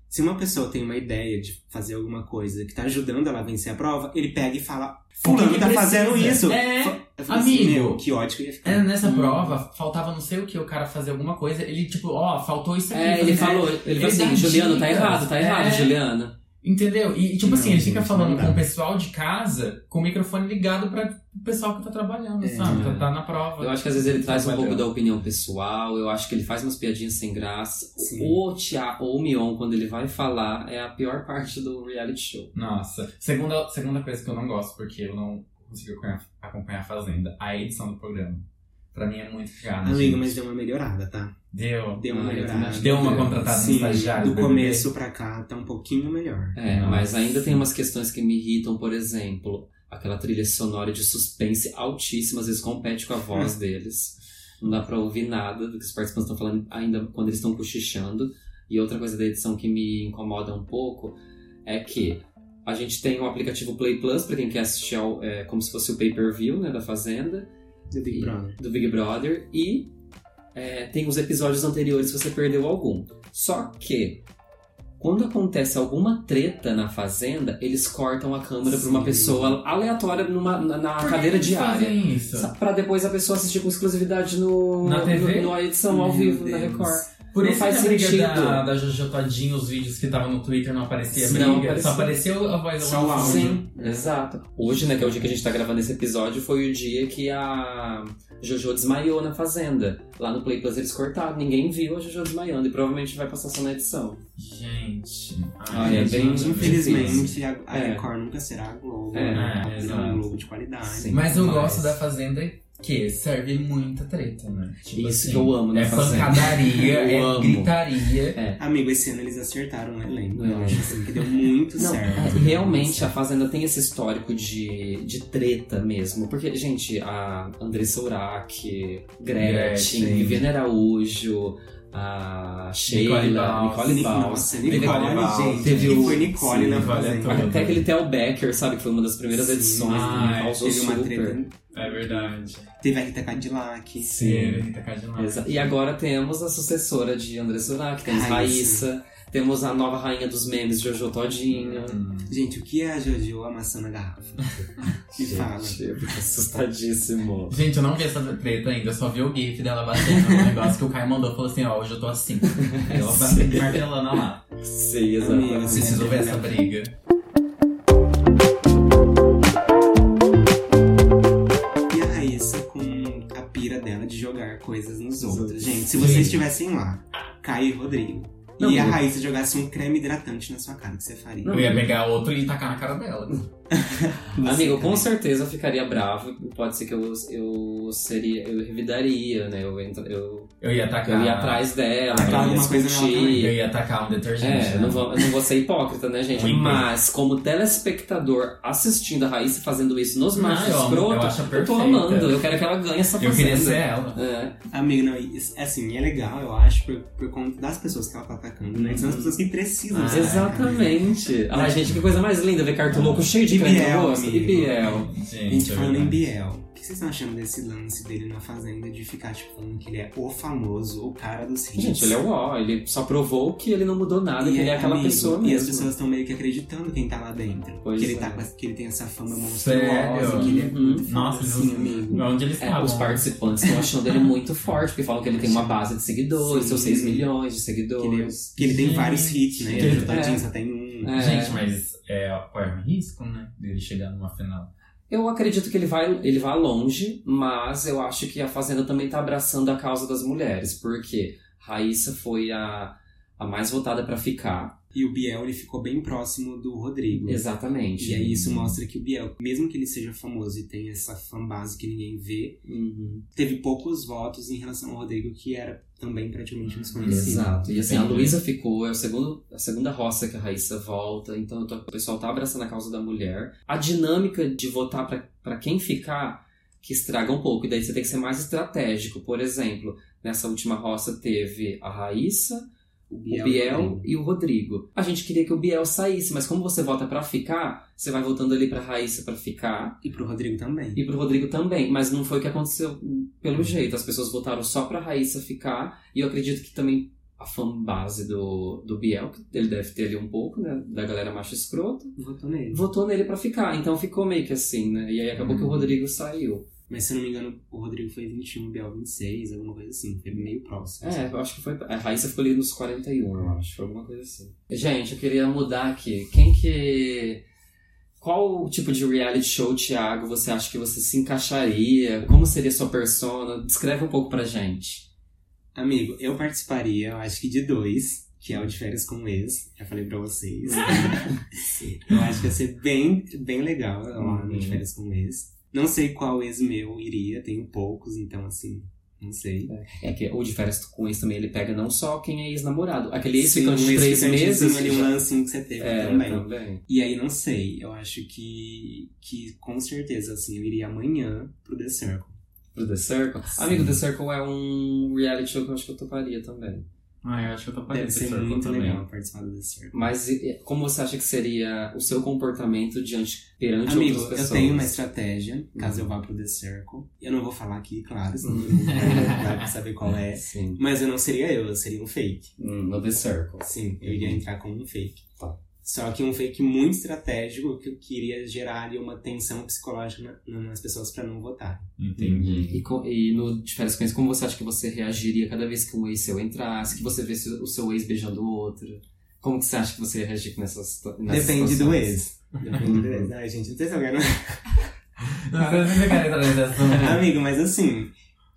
[SPEAKER 3] Se uma pessoa tem uma ideia de fazer alguma coisa que tá ajudando ela a vencer a prova, ele pega e fala,
[SPEAKER 2] O
[SPEAKER 3] fulano
[SPEAKER 2] que que
[SPEAKER 3] tá
[SPEAKER 2] precisa?
[SPEAKER 3] fazendo isso.
[SPEAKER 2] É,
[SPEAKER 3] Fa- Eu fico assim,
[SPEAKER 2] amigo.
[SPEAKER 3] meu, que ódio que eu ia ficar.
[SPEAKER 2] É, nessa
[SPEAKER 4] Hum.
[SPEAKER 2] prova, faltava não sei o que, o cara fazer alguma coisa, ele tipo, ó, faltou isso aqui.
[SPEAKER 4] É, ele
[SPEAKER 2] né?
[SPEAKER 4] falou, ele,
[SPEAKER 2] Ele
[SPEAKER 4] falou
[SPEAKER 2] dá
[SPEAKER 4] assim, Juliano, tá
[SPEAKER 2] dicas.
[SPEAKER 4] errado, tá
[SPEAKER 2] É.
[SPEAKER 4] errado, Juliano.
[SPEAKER 2] Entendeu? E tipo assim,
[SPEAKER 3] Não,
[SPEAKER 2] ele fica
[SPEAKER 3] gente,
[SPEAKER 2] falando
[SPEAKER 3] não dá.
[SPEAKER 2] com o pessoal de casa, com o microfone ligado pra o pessoal que tá trabalhando,
[SPEAKER 3] É.
[SPEAKER 2] sabe? Tá, tá na prova.
[SPEAKER 4] Eu acho que às vezes ele traz um
[SPEAKER 2] Trabalhando.
[SPEAKER 4] pouco da opinião pessoal, eu acho que ele faz umas piadinhas sem graça.
[SPEAKER 3] Sim.
[SPEAKER 4] O Tiago, ou o Mion, quando ele vai falar, é a pior parte do reality show.
[SPEAKER 2] Nossa. Segunda, segunda coisa que eu não gosto, porque eu não consigo acompanhar, acompanhar a Fazenda, a edição do programa. Pra mim é muito caro.
[SPEAKER 3] Amigo, mas deu uma melhorada, tá?
[SPEAKER 2] Deu.
[SPEAKER 3] Deu uma
[SPEAKER 4] Ah, eu também
[SPEAKER 3] melhorada.
[SPEAKER 4] acho que
[SPEAKER 2] Deu uma
[SPEAKER 4] deu.
[SPEAKER 2] contratada no
[SPEAKER 3] Sim,
[SPEAKER 2] estagiário.
[SPEAKER 3] do
[SPEAKER 2] BBB.
[SPEAKER 3] começo pra cá tá um pouquinho melhor.
[SPEAKER 4] né? É,
[SPEAKER 2] Nossa.
[SPEAKER 4] mas ainda tem umas questões que me irritam, por exemplo, aquela trilha sonora de suspense altíssima, às vezes compete com a
[SPEAKER 3] [laughs]
[SPEAKER 4] voz deles. Não dá pra ouvir nada do que os participantes estão falando, ainda quando eles estão cochichando. E outra coisa da edição que me incomoda um pouco é que a gente tem o aplicativo Play Plus, pra quem quer assistir ao, é, como se fosse o pay-per-view né, da Fazenda
[SPEAKER 3] Do Big Brother.
[SPEAKER 4] do Big Brother e é, tem os episódios anteriores se você perdeu algum. Só que quando acontece alguma treta na fazenda, eles cortam a câmera pra uma
[SPEAKER 3] Sim.
[SPEAKER 4] pessoa aleatória numa, na, na
[SPEAKER 2] Por que
[SPEAKER 4] cadeira
[SPEAKER 2] eles
[SPEAKER 4] diária.
[SPEAKER 2] Fazem isso?
[SPEAKER 4] Sa- Pra depois a pessoa assistir com exclusividade no,
[SPEAKER 2] Na TV?
[SPEAKER 4] no- na edição ao
[SPEAKER 3] Meu
[SPEAKER 4] vivo da
[SPEAKER 3] Deus.
[SPEAKER 4] Record.
[SPEAKER 2] Por
[SPEAKER 4] Não
[SPEAKER 2] isso
[SPEAKER 4] faz
[SPEAKER 2] que a briga
[SPEAKER 4] sentido.
[SPEAKER 2] da, da Jojo Todinho, os vídeos que estavam no Twitter não aparecia a briga.
[SPEAKER 4] Não
[SPEAKER 2] Só apareceu a voz
[SPEAKER 3] Só
[SPEAKER 2] do
[SPEAKER 3] o áudio.
[SPEAKER 4] Sim, exato. Hoje, né, que é o dia que a gente tá gravando esse episódio, foi o dia que a Jojo desmaiou na fazenda. Lá no Play Plus eles cortaram, ninguém viu a Jojo desmaiando e provavelmente vai passar só na edição.
[SPEAKER 2] Gente.
[SPEAKER 4] Ah, é
[SPEAKER 2] gente,
[SPEAKER 4] bem-
[SPEAKER 2] não,
[SPEAKER 4] difícil.
[SPEAKER 3] Infelizmente, a, a
[SPEAKER 4] É.
[SPEAKER 3] Record nunca será a Globo.
[SPEAKER 4] É,
[SPEAKER 3] né?
[SPEAKER 2] é,
[SPEAKER 3] Ela será
[SPEAKER 2] exato.
[SPEAKER 3] um Globo de qualidade.
[SPEAKER 4] Sim.
[SPEAKER 2] Mas eu
[SPEAKER 4] Mas-
[SPEAKER 2] gosto da Fazenda que serve muita treta, né? Tipo
[SPEAKER 4] Isso
[SPEAKER 2] assim,
[SPEAKER 4] que eu amo na
[SPEAKER 2] É
[SPEAKER 4] fazenda.
[SPEAKER 2] pancadaria,
[SPEAKER 4] [laughs] Eu
[SPEAKER 2] é
[SPEAKER 4] amo.
[SPEAKER 2] gritaria.
[SPEAKER 3] Amigo, esse ano eles acertaram o elenco.
[SPEAKER 4] É.
[SPEAKER 3] Eu acho assim, que deu muito
[SPEAKER 4] Não, é,
[SPEAKER 3] certo.
[SPEAKER 4] realmente a Fazenda tem esse histórico de, de treta mesmo. Porque, gente, a Andressa Urach, Gretchen,
[SPEAKER 2] Gretchen.
[SPEAKER 4] Viviane Araújo, a Sheila,
[SPEAKER 2] Nicole
[SPEAKER 4] Nicole
[SPEAKER 2] Balls.
[SPEAKER 4] Balls.
[SPEAKER 3] Nossa, Nicole,
[SPEAKER 2] Nicole Balls.
[SPEAKER 3] gente.
[SPEAKER 4] Teve
[SPEAKER 3] que
[SPEAKER 4] o-
[SPEAKER 3] foi Nicole
[SPEAKER 2] Sim,
[SPEAKER 3] na
[SPEAKER 2] vale a
[SPEAKER 3] fazenda.
[SPEAKER 2] pena.
[SPEAKER 4] Até aquele Theo Becker, sabe? Que foi uma das primeiras
[SPEAKER 3] Sim.
[SPEAKER 4] edições.
[SPEAKER 2] Ai,
[SPEAKER 4] que causou
[SPEAKER 3] Teve uma
[SPEAKER 4] super.
[SPEAKER 3] treta.
[SPEAKER 2] É verdade.
[SPEAKER 3] Teve a Rita Cadillac. É.
[SPEAKER 2] Sim. Rita Cadillac.
[SPEAKER 4] Exa- E agora temos a sucessora de Andressa Urach, temos
[SPEAKER 3] Raíssa.
[SPEAKER 4] Raíssa. Temos a nova rainha dos memes, Jojo Todinho.
[SPEAKER 2] Hum.
[SPEAKER 3] Gente, o que é a Jojo amassando
[SPEAKER 4] [laughs]
[SPEAKER 3] a garrafa? Me fala.
[SPEAKER 4] Gente, [laughs] eu fico assustadíssimo.
[SPEAKER 2] Gente, eu não vi essa treta ainda, eu só vi o GIF dela batendo no negócio que o Caio mandou. Falou assim: ó, hoje eu tô assim. Ela bateu martelando lá.
[SPEAKER 4] Sei,
[SPEAKER 3] Amigo,
[SPEAKER 4] exatamente.
[SPEAKER 3] assim,
[SPEAKER 2] Preciso ver essa briga.
[SPEAKER 3] E a Raíssa com a pira dela de jogar coisas nos outros.
[SPEAKER 4] outros.
[SPEAKER 3] Gente, se vocês
[SPEAKER 2] Sim.
[SPEAKER 3] estivessem lá, Caio e Rodrigo,
[SPEAKER 4] Não,
[SPEAKER 3] e a
[SPEAKER 4] eu-
[SPEAKER 3] Raíssa jogasse um creme hidratante na sua cara, o que você faria?
[SPEAKER 2] Eu ia pegar outro e tacar na cara dela.
[SPEAKER 3] Você,
[SPEAKER 4] Amigo, com
[SPEAKER 3] Caio?
[SPEAKER 4] certeza eu ficaria bravo. Pode ser que eu, eu seria. Eu revidaria, né? Eu, entra, eu,
[SPEAKER 2] Eu ia tacar.
[SPEAKER 4] eu ia atrás dela,
[SPEAKER 2] Ah,
[SPEAKER 4] eu ia
[SPEAKER 3] alguma coisa nela também.
[SPEAKER 4] discutir.
[SPEAKER 2] Eu ia tacar um detergente.
[SPEAKER 4] É,
[SPEAKER 2] né?
[SPEAKER 4] eu não vou, eu não vou ser hipócrita, né, gente?
[SPEAKER 2] Muito.
[SPEAKER 4] Mas, como telespectador assistindo a Raíssa fazendo isso nos
[SPEAKER 2] Ah,
[SPEAKER 4] machos
[SPEAKER 2] eu amo, eu
[SPEAKER 4] escroto,
[SPEAKER 2] acho
[SPEAKER 4] eu, tô
[SPEAKER 2] perfeita.
[SPEAKER 4] amando. Eu quero que ela ganhe essa
[SPEAKER 2] né? Eu queria ser
[SPEAKER 4] fazenda.
[SPEAKER 2] ela.
[SPEAKER 4] É,
[SPEAKER 3] Amigo, não, isso- assim, é legal, eu acho, por, por conta das pessoas que ela tá atacando, né? Que são as pessoas que precisam. né?
[SPEAKER 2] Ah,
[SPEAKER 3] ser atacadas.
[SPEAKER 4] Uhum. exatamente. Ai, gente, que coisa mais linda ver cartoloco cheio de
[SPEAKER 3] E
[SPEAKER 4] creme
[SPEAKER 3] Biel,
[SPEAKER 4] no rosto. E
[SPEAKER 3] amigo.
[SPEAKER 4] Biel.
[SPEAKER 3] A
[SPEAKER 2] Gente,
[SPEAKER 3] gente
[SPEAKER 2] é
[SPEAKER 3] falando em
[SPEAKER 2] verdade.
[SPEAKER 3] Biel, o que vocês estão achando desse lance dele na Fazenda de ficar, tipo, falando que ele é o famoso, o cara dos hits?
[SPEAKER 4] Gente, ele é o ó, ele só provou que ele não mudou nada, que ele é aquela
[SPEAKER 3] amigo,
[SPEAKER 4] pessoa
[SPEAKER 3] E as
[SPEAKER 4] mesmo.
[SPEAKER 3] pessoas estão meio que acreditando quem tá lá dentro.
[SPEAKER 4] Pois
[SPEAKER 3] que, ele
[SPEAKER 4] é.
[SPEAKER 3] tá com essa- que ele tem essa fama
[SPEAKER 2] Sério?
[SPEAKER 3] monstruosa, que ele é
[SPEAKER 4] Uhum.
[SPEAKER 3] muito famoso,
[SPEAKER 2] Nossa, eles
[SPEAKER 3] assim, amigo.
[SPEAKER 2] Onde eles
[SPEAKER 4] É, os
[SPEAKER 2] estavam?
[SPEAKER 4] participantes estão achando ele muito forte, porque falam que ele tem uma base de seguidores,
[SPEAKER 3] Sim.
[SPEAKER 4] seus 6 milhões de seguidores.
[SPEAKER 3] Que ele tem vários
[SPEAKER 2] Gente.
[SPEAKER 3] hits, né?
[SPEAKER 2] É.
[SPEAKER 3] Ele é. só tem um.
[SPEAKER 4] É.
[SPEAKER 2] Gente, mas é, corre um risco, né? Dele chegar numa final.
[SPEAKER 4] Eu acredito que ele vai, ele vai longe, mas eu acho que a Fazenda também tá abraçando a causa das mulheres, porque Raíssa foi a, a mais votada para ficar.
[SPEAKER 3] E o Biel, ele ficou bem próximo do Rodrigo.
[SPEAKER 4] Exatamente.
[SPEAKER 3] E aí isso mostra que o Biel, mesmo que ele seja famoso e tenha essa fanbase que ninguém vê,
[SPEAKER 4] Uhum.
[SPEAKER 3] teve poucos votos em relação ao Rodrigo, que era também praticamente desconhecido.
[SPEAKER 4] Exato. E assim, a
[SPEAKER 2] Entendi.
[SPEAKER 4] Luísa ficou, é o segundo, a segunda roça que a Raíssa volta, então eu tô- o pessoal tá abraçando a causa da mulher. A dinâmica de votar pra- pra quem ficar que estraga um pouco, e daí você tem que ser mais estratégico. Por exemplo, nessa última roça teve a Raíssa,
[SPEAKER 3] O
[SPEAKER 4] o
[SPEAKER 3] e o
[SPEAKER 4] Biel
[SPEAKER 3] Rodrigo.
[SPEAKER 4] e o Rodrigo. A gente queria que o Biel saísse, mas como você vota pra ficar, você vai votando ali pra Raíssa pra ficar
[SPEAKER 3] E pro Rodrigo também.
[SPEAKER 4] e pro Rodrigo também, mas não foi o que aconteceu pelo jeito. As pessoas votaram só pra Raíssa ficar e eu acredito que também a fanbase do, do Biel, que ele deve ter ali um pouco, né, da galera macho escroto,
[SPEAKER 3] Votou nele.
[SPEAKER 4] votou nele pra ficar. Então ficou meio que assim, né? E aí acabou que o Rodrigo saiu.
[SPEAKER 3] Mas se eu não me engano, o Rodrigo foi 21, o Biel 26, alguma coisa assim. Foi meio próximo.
[SPEAKER 4] É, eu acho que foi. A Raíssa ficou ali nos 41, eu acho. Foi alguma coisa assim. Gente, eu queria mudar aqui. Quem que. Qual tipo de reality show, Thiago, você acha que você se encaixaria? Como seria sua persona? Descreve um pouco pra gente.
[SPEAKER 3] Amigo, eu participaria, eu acho que de dois, que é o de férias com o ex, já falei pra
[SPEAKER 4] [laughs]
[SPEAKER 3] vocês. eu acho que ia ser bem, bem legal lá no de
[SPEAKER 2] Uhum.
[SPEAKER 3] férias com o ex. Não sei qual ex meu iria, tenho poucos, então assim, não sei.
[SPEAKER 4] É que o de férias com ex também, ele pega não só quem é ex-namorado. Aquele ex
[SPEAKER 3] Sim,
[SPEAKER 4] ficante
[SPEAKER 3] um
[SPEAKER 4] de
[SPEAKER 3] ex
[SPEAKER 4] três
[SPEAKER 3] ficantezinho
[SPEAKER 4] meses.
[SPEAKER 3] ali, um
[SPEAKER 4] já-
[SPEAKER 3] lancinho que você teve
[SPEAKER 4] É,
[SPEAKER 3] também.
[SPEAKER 4] também.
[SPEAKER 3] E aí, não sei, eu acho que, que com certeza, assim, eu iria amanhã pro The Circle.
[SPEAKER 4] Pro The Circle.
[SPEAKER 3] Sim.
[SPEAKER 4] Amigo, The Circle é um reality show que eu acho que eu toparia também.
[SPEAKER 2] Ah, eu acho que eu tô
[SPEAKER 3] Deve
[SPEAKER 2] parecido
[SPEAKER 3] ser muito legal participar do The Circle.
[SPEAKER 4] Mas e- e como você acha que seria o seu comportamento diante perante
[SPEAKER 3] Amigo,
[SPEAKER 4] outras
[SPEAKER 3] eu
[SPEAKER 4] pessoas? Uhum.
[SPEAKER 3] tenho uma estratégia, caso eu vá pro The Circle. Eu não vou falar aqui, claro, senão todo mundo vai vai saber qual é.
[SPEAKER 4] Sim,
[SPEAKER 3] Mas eu não seria eu, eu seria um fake.
[SPEAKER 4] hum, no The Circle.
[SPEAKER 3] Sim, eu iria entrar como um fake.
[SPEAKER 4] Uhum. Tá.
[SPEAKER 3] Só que um fake muito estratégico que eu queria gerar ali uma tensão psicológica na- nas pessoas pra não votar.
[SPEAKER 2] Entendi.
[SPEAKER 4] E, co- e no de férias com ex, como você acha que você reagiria cada vez que um ex seu entrasse? Que você visse o seu ex beijando o outro? Como que você acha que você ia reagir com nessas, situa- nessas
[SPEAKER 3] Depende do
[SPEAKER 4] situações? Uhum.
[SPEAKER 3] ex. Depende do ex. Ai, gente, não sei se alguém
[SPEAKER 2] Não, eu nunca quero entrar nesse
[SPEAKER 3] [laughs]
[SPEAKER 2] assunto.
[SPEAKER 3] Amigo, mas assim,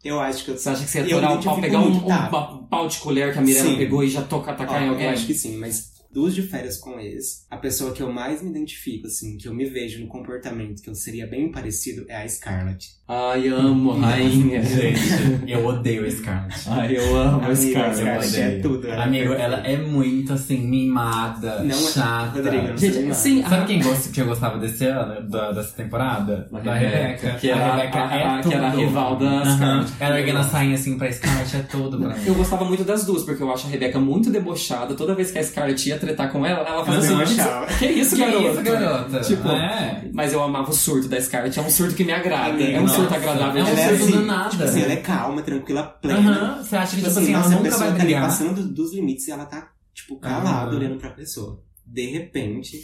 [SPEAKER 3] eu acho que eu
[SPEAKER 4] Você acha que você ia
[SPEAKER 3] Eu
[SPEAKER 4] atorar
[SPEAKER 3] me
[SPEAKER 4] o pau,
[SPEAKER 3] identifico
[SPEAKER 4] pegar um,
[SPEAKER 3] muito, tá.
[SPEAKER 4] um pa- um pau de colher que a Mirella
[SPEAKER 3] Sim.
[SPEAKER 4] pegou e já tocar,
[SPEAKER 3] Ó,
[SPEAKER 4] tacar em
[SPEAKER 3] Eu
[SPEAKER 4] alguém?
[SPEAKER 3] acho que sim, mas dos de férias com ex, a pessoa que eu mais me identifico, assim, que eu me vejo no comportamento que eu seria bem parecido é a Scarlett.
[SPEAKER 4] Ai, amo, rainha.
[SPEAKER 2] Gente, eu odeio a Scarlett.
[SPEAKER 4] Ai, eu amo
[SPEAKER 3] Amigo,
[SPEAKER 4] esse
[SPEAKER 3] a
[SPEAKER 4] cara.
[SPEAKER 2] Scarlett.
[SPEAKER 3] Scarlett
[SPEAKER 2] odeio.
[SPEAKER 3] é tudo, né?
[SPEAKER 2] Amigo, ela é muito assim, mimada,
[SPEAKER 3] Não é-
[SPEAKER 2] chata.
[SPEAKER 3] Rodrigo, não sei
[SPEAKER 4] Gente,
[SPEAKER 3] nada.
[SPEAKER 4] sim,
[SPEAKER 2] Sabe quem gost- que eu gostava desse ano, da- dessa temporada?
[SPEAKER 4] Da Rebeca,
[SPEAKER 2] Rebeca.
[SPEAKER 4] que era
[SPEAKER 2] a Rebeca
[SPEAKER 4] a-
[SPEAKER 2] é
[SPEAKER 4] a- que era a
[SPEAKER 2] tudo.
[SPEAKER 4] rival da
[SPEAKER 2] Aham.
[SPEAKER 4] Scarlett.
[SPEAKER 2] Ela erguendo a sainha assim pra Scarlett é tudo pra mim.
[SPEAKER 4] Eu gostava muito das duas, porque eu acho a Rebeca muito debochada. Toda vez que a Scarlett ia tretar com ela, ela fazia
[SPEAKER 3] Ela
[SPEAKER 4] assim,
[SPEAKER 3] debochava.
[SPEAKER 4] "Que- Que isso,
[SPEAKER 2] Que
[SPEAKER 4] garota?
[SPEAKER 2] isso, garota?
[SPEAKER 4] Tipo,
[SPEAKER 2] é.
[SPEAKER 4] Mas eu amava o surto da Scarlett. É um surto que me agrada.
[SPEAKER 3] Amiga,
[SPEAKER 4] é um surto
[SPEAKER 2] nossa.
[SPEAKER 4] agradável.
[SPEAKER 2] É um
[SPEAKER 4] de
[SPEAKER 3] ela
[SPEAKER 4] ver.
[SPEAKER 2] surto
[SPEAKER 3] assim,
[SPEAKER 2] danada.
[SPEAKER 3] Tipo assim, ela é calma, tranquila, plena.
[SPEAKER 2] Aham, você acha que
[SPEAKER 3] Tipo
[SPEAKER 2] tipo assim, ela
[SPEAKER 3] nossa, a
[SPEAKER 2] nunca
[SPEAKER 3] pessoa
[SPEAKER 2] vai
[SPEAKER 3] tá ali
[SPEAKER 2] brigar?
[SPEAKER 3] passando do- dos limites e ela tá, tipo, calada
[SPEAKER 2] Aham.
[SPEAKER 3] olhando pra pessoa. De repente,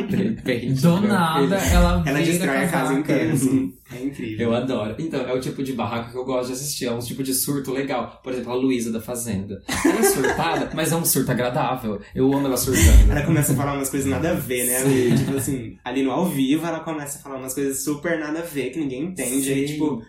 [SPEAKER 4] De repente.
[SPEAKER 2] Do nada, ela
[SPEAKER 3] ela
[SPEAKER 2] vira
[SPEAKER 3] destrói a casa
[SPEAKER 2] casaca.
[SPEAKER 3] inteira, assim. É incrível.
[SPEAKER 4] Eu adoro. Então, é o tipo de barraco que eu gosto de assistir. É um tipo de surto legal. Por exemplo, a Luísa da Fazenda. Ela é surtada, [laughs] mas é um surto agradável. Eu amo ela
[SPEAKER 3] Ela
[SPEAKER 4] surtando.
[SPEAKER 3] começa a falar umas coisas nada a ver, né? amigo? Tipo assim, ali no ao vivo ela começa a falar umas coisas super nada a ver que ninguém entende. Aí,
[SPEAKER 4] Sim.
[SPEAKER 3] tipo,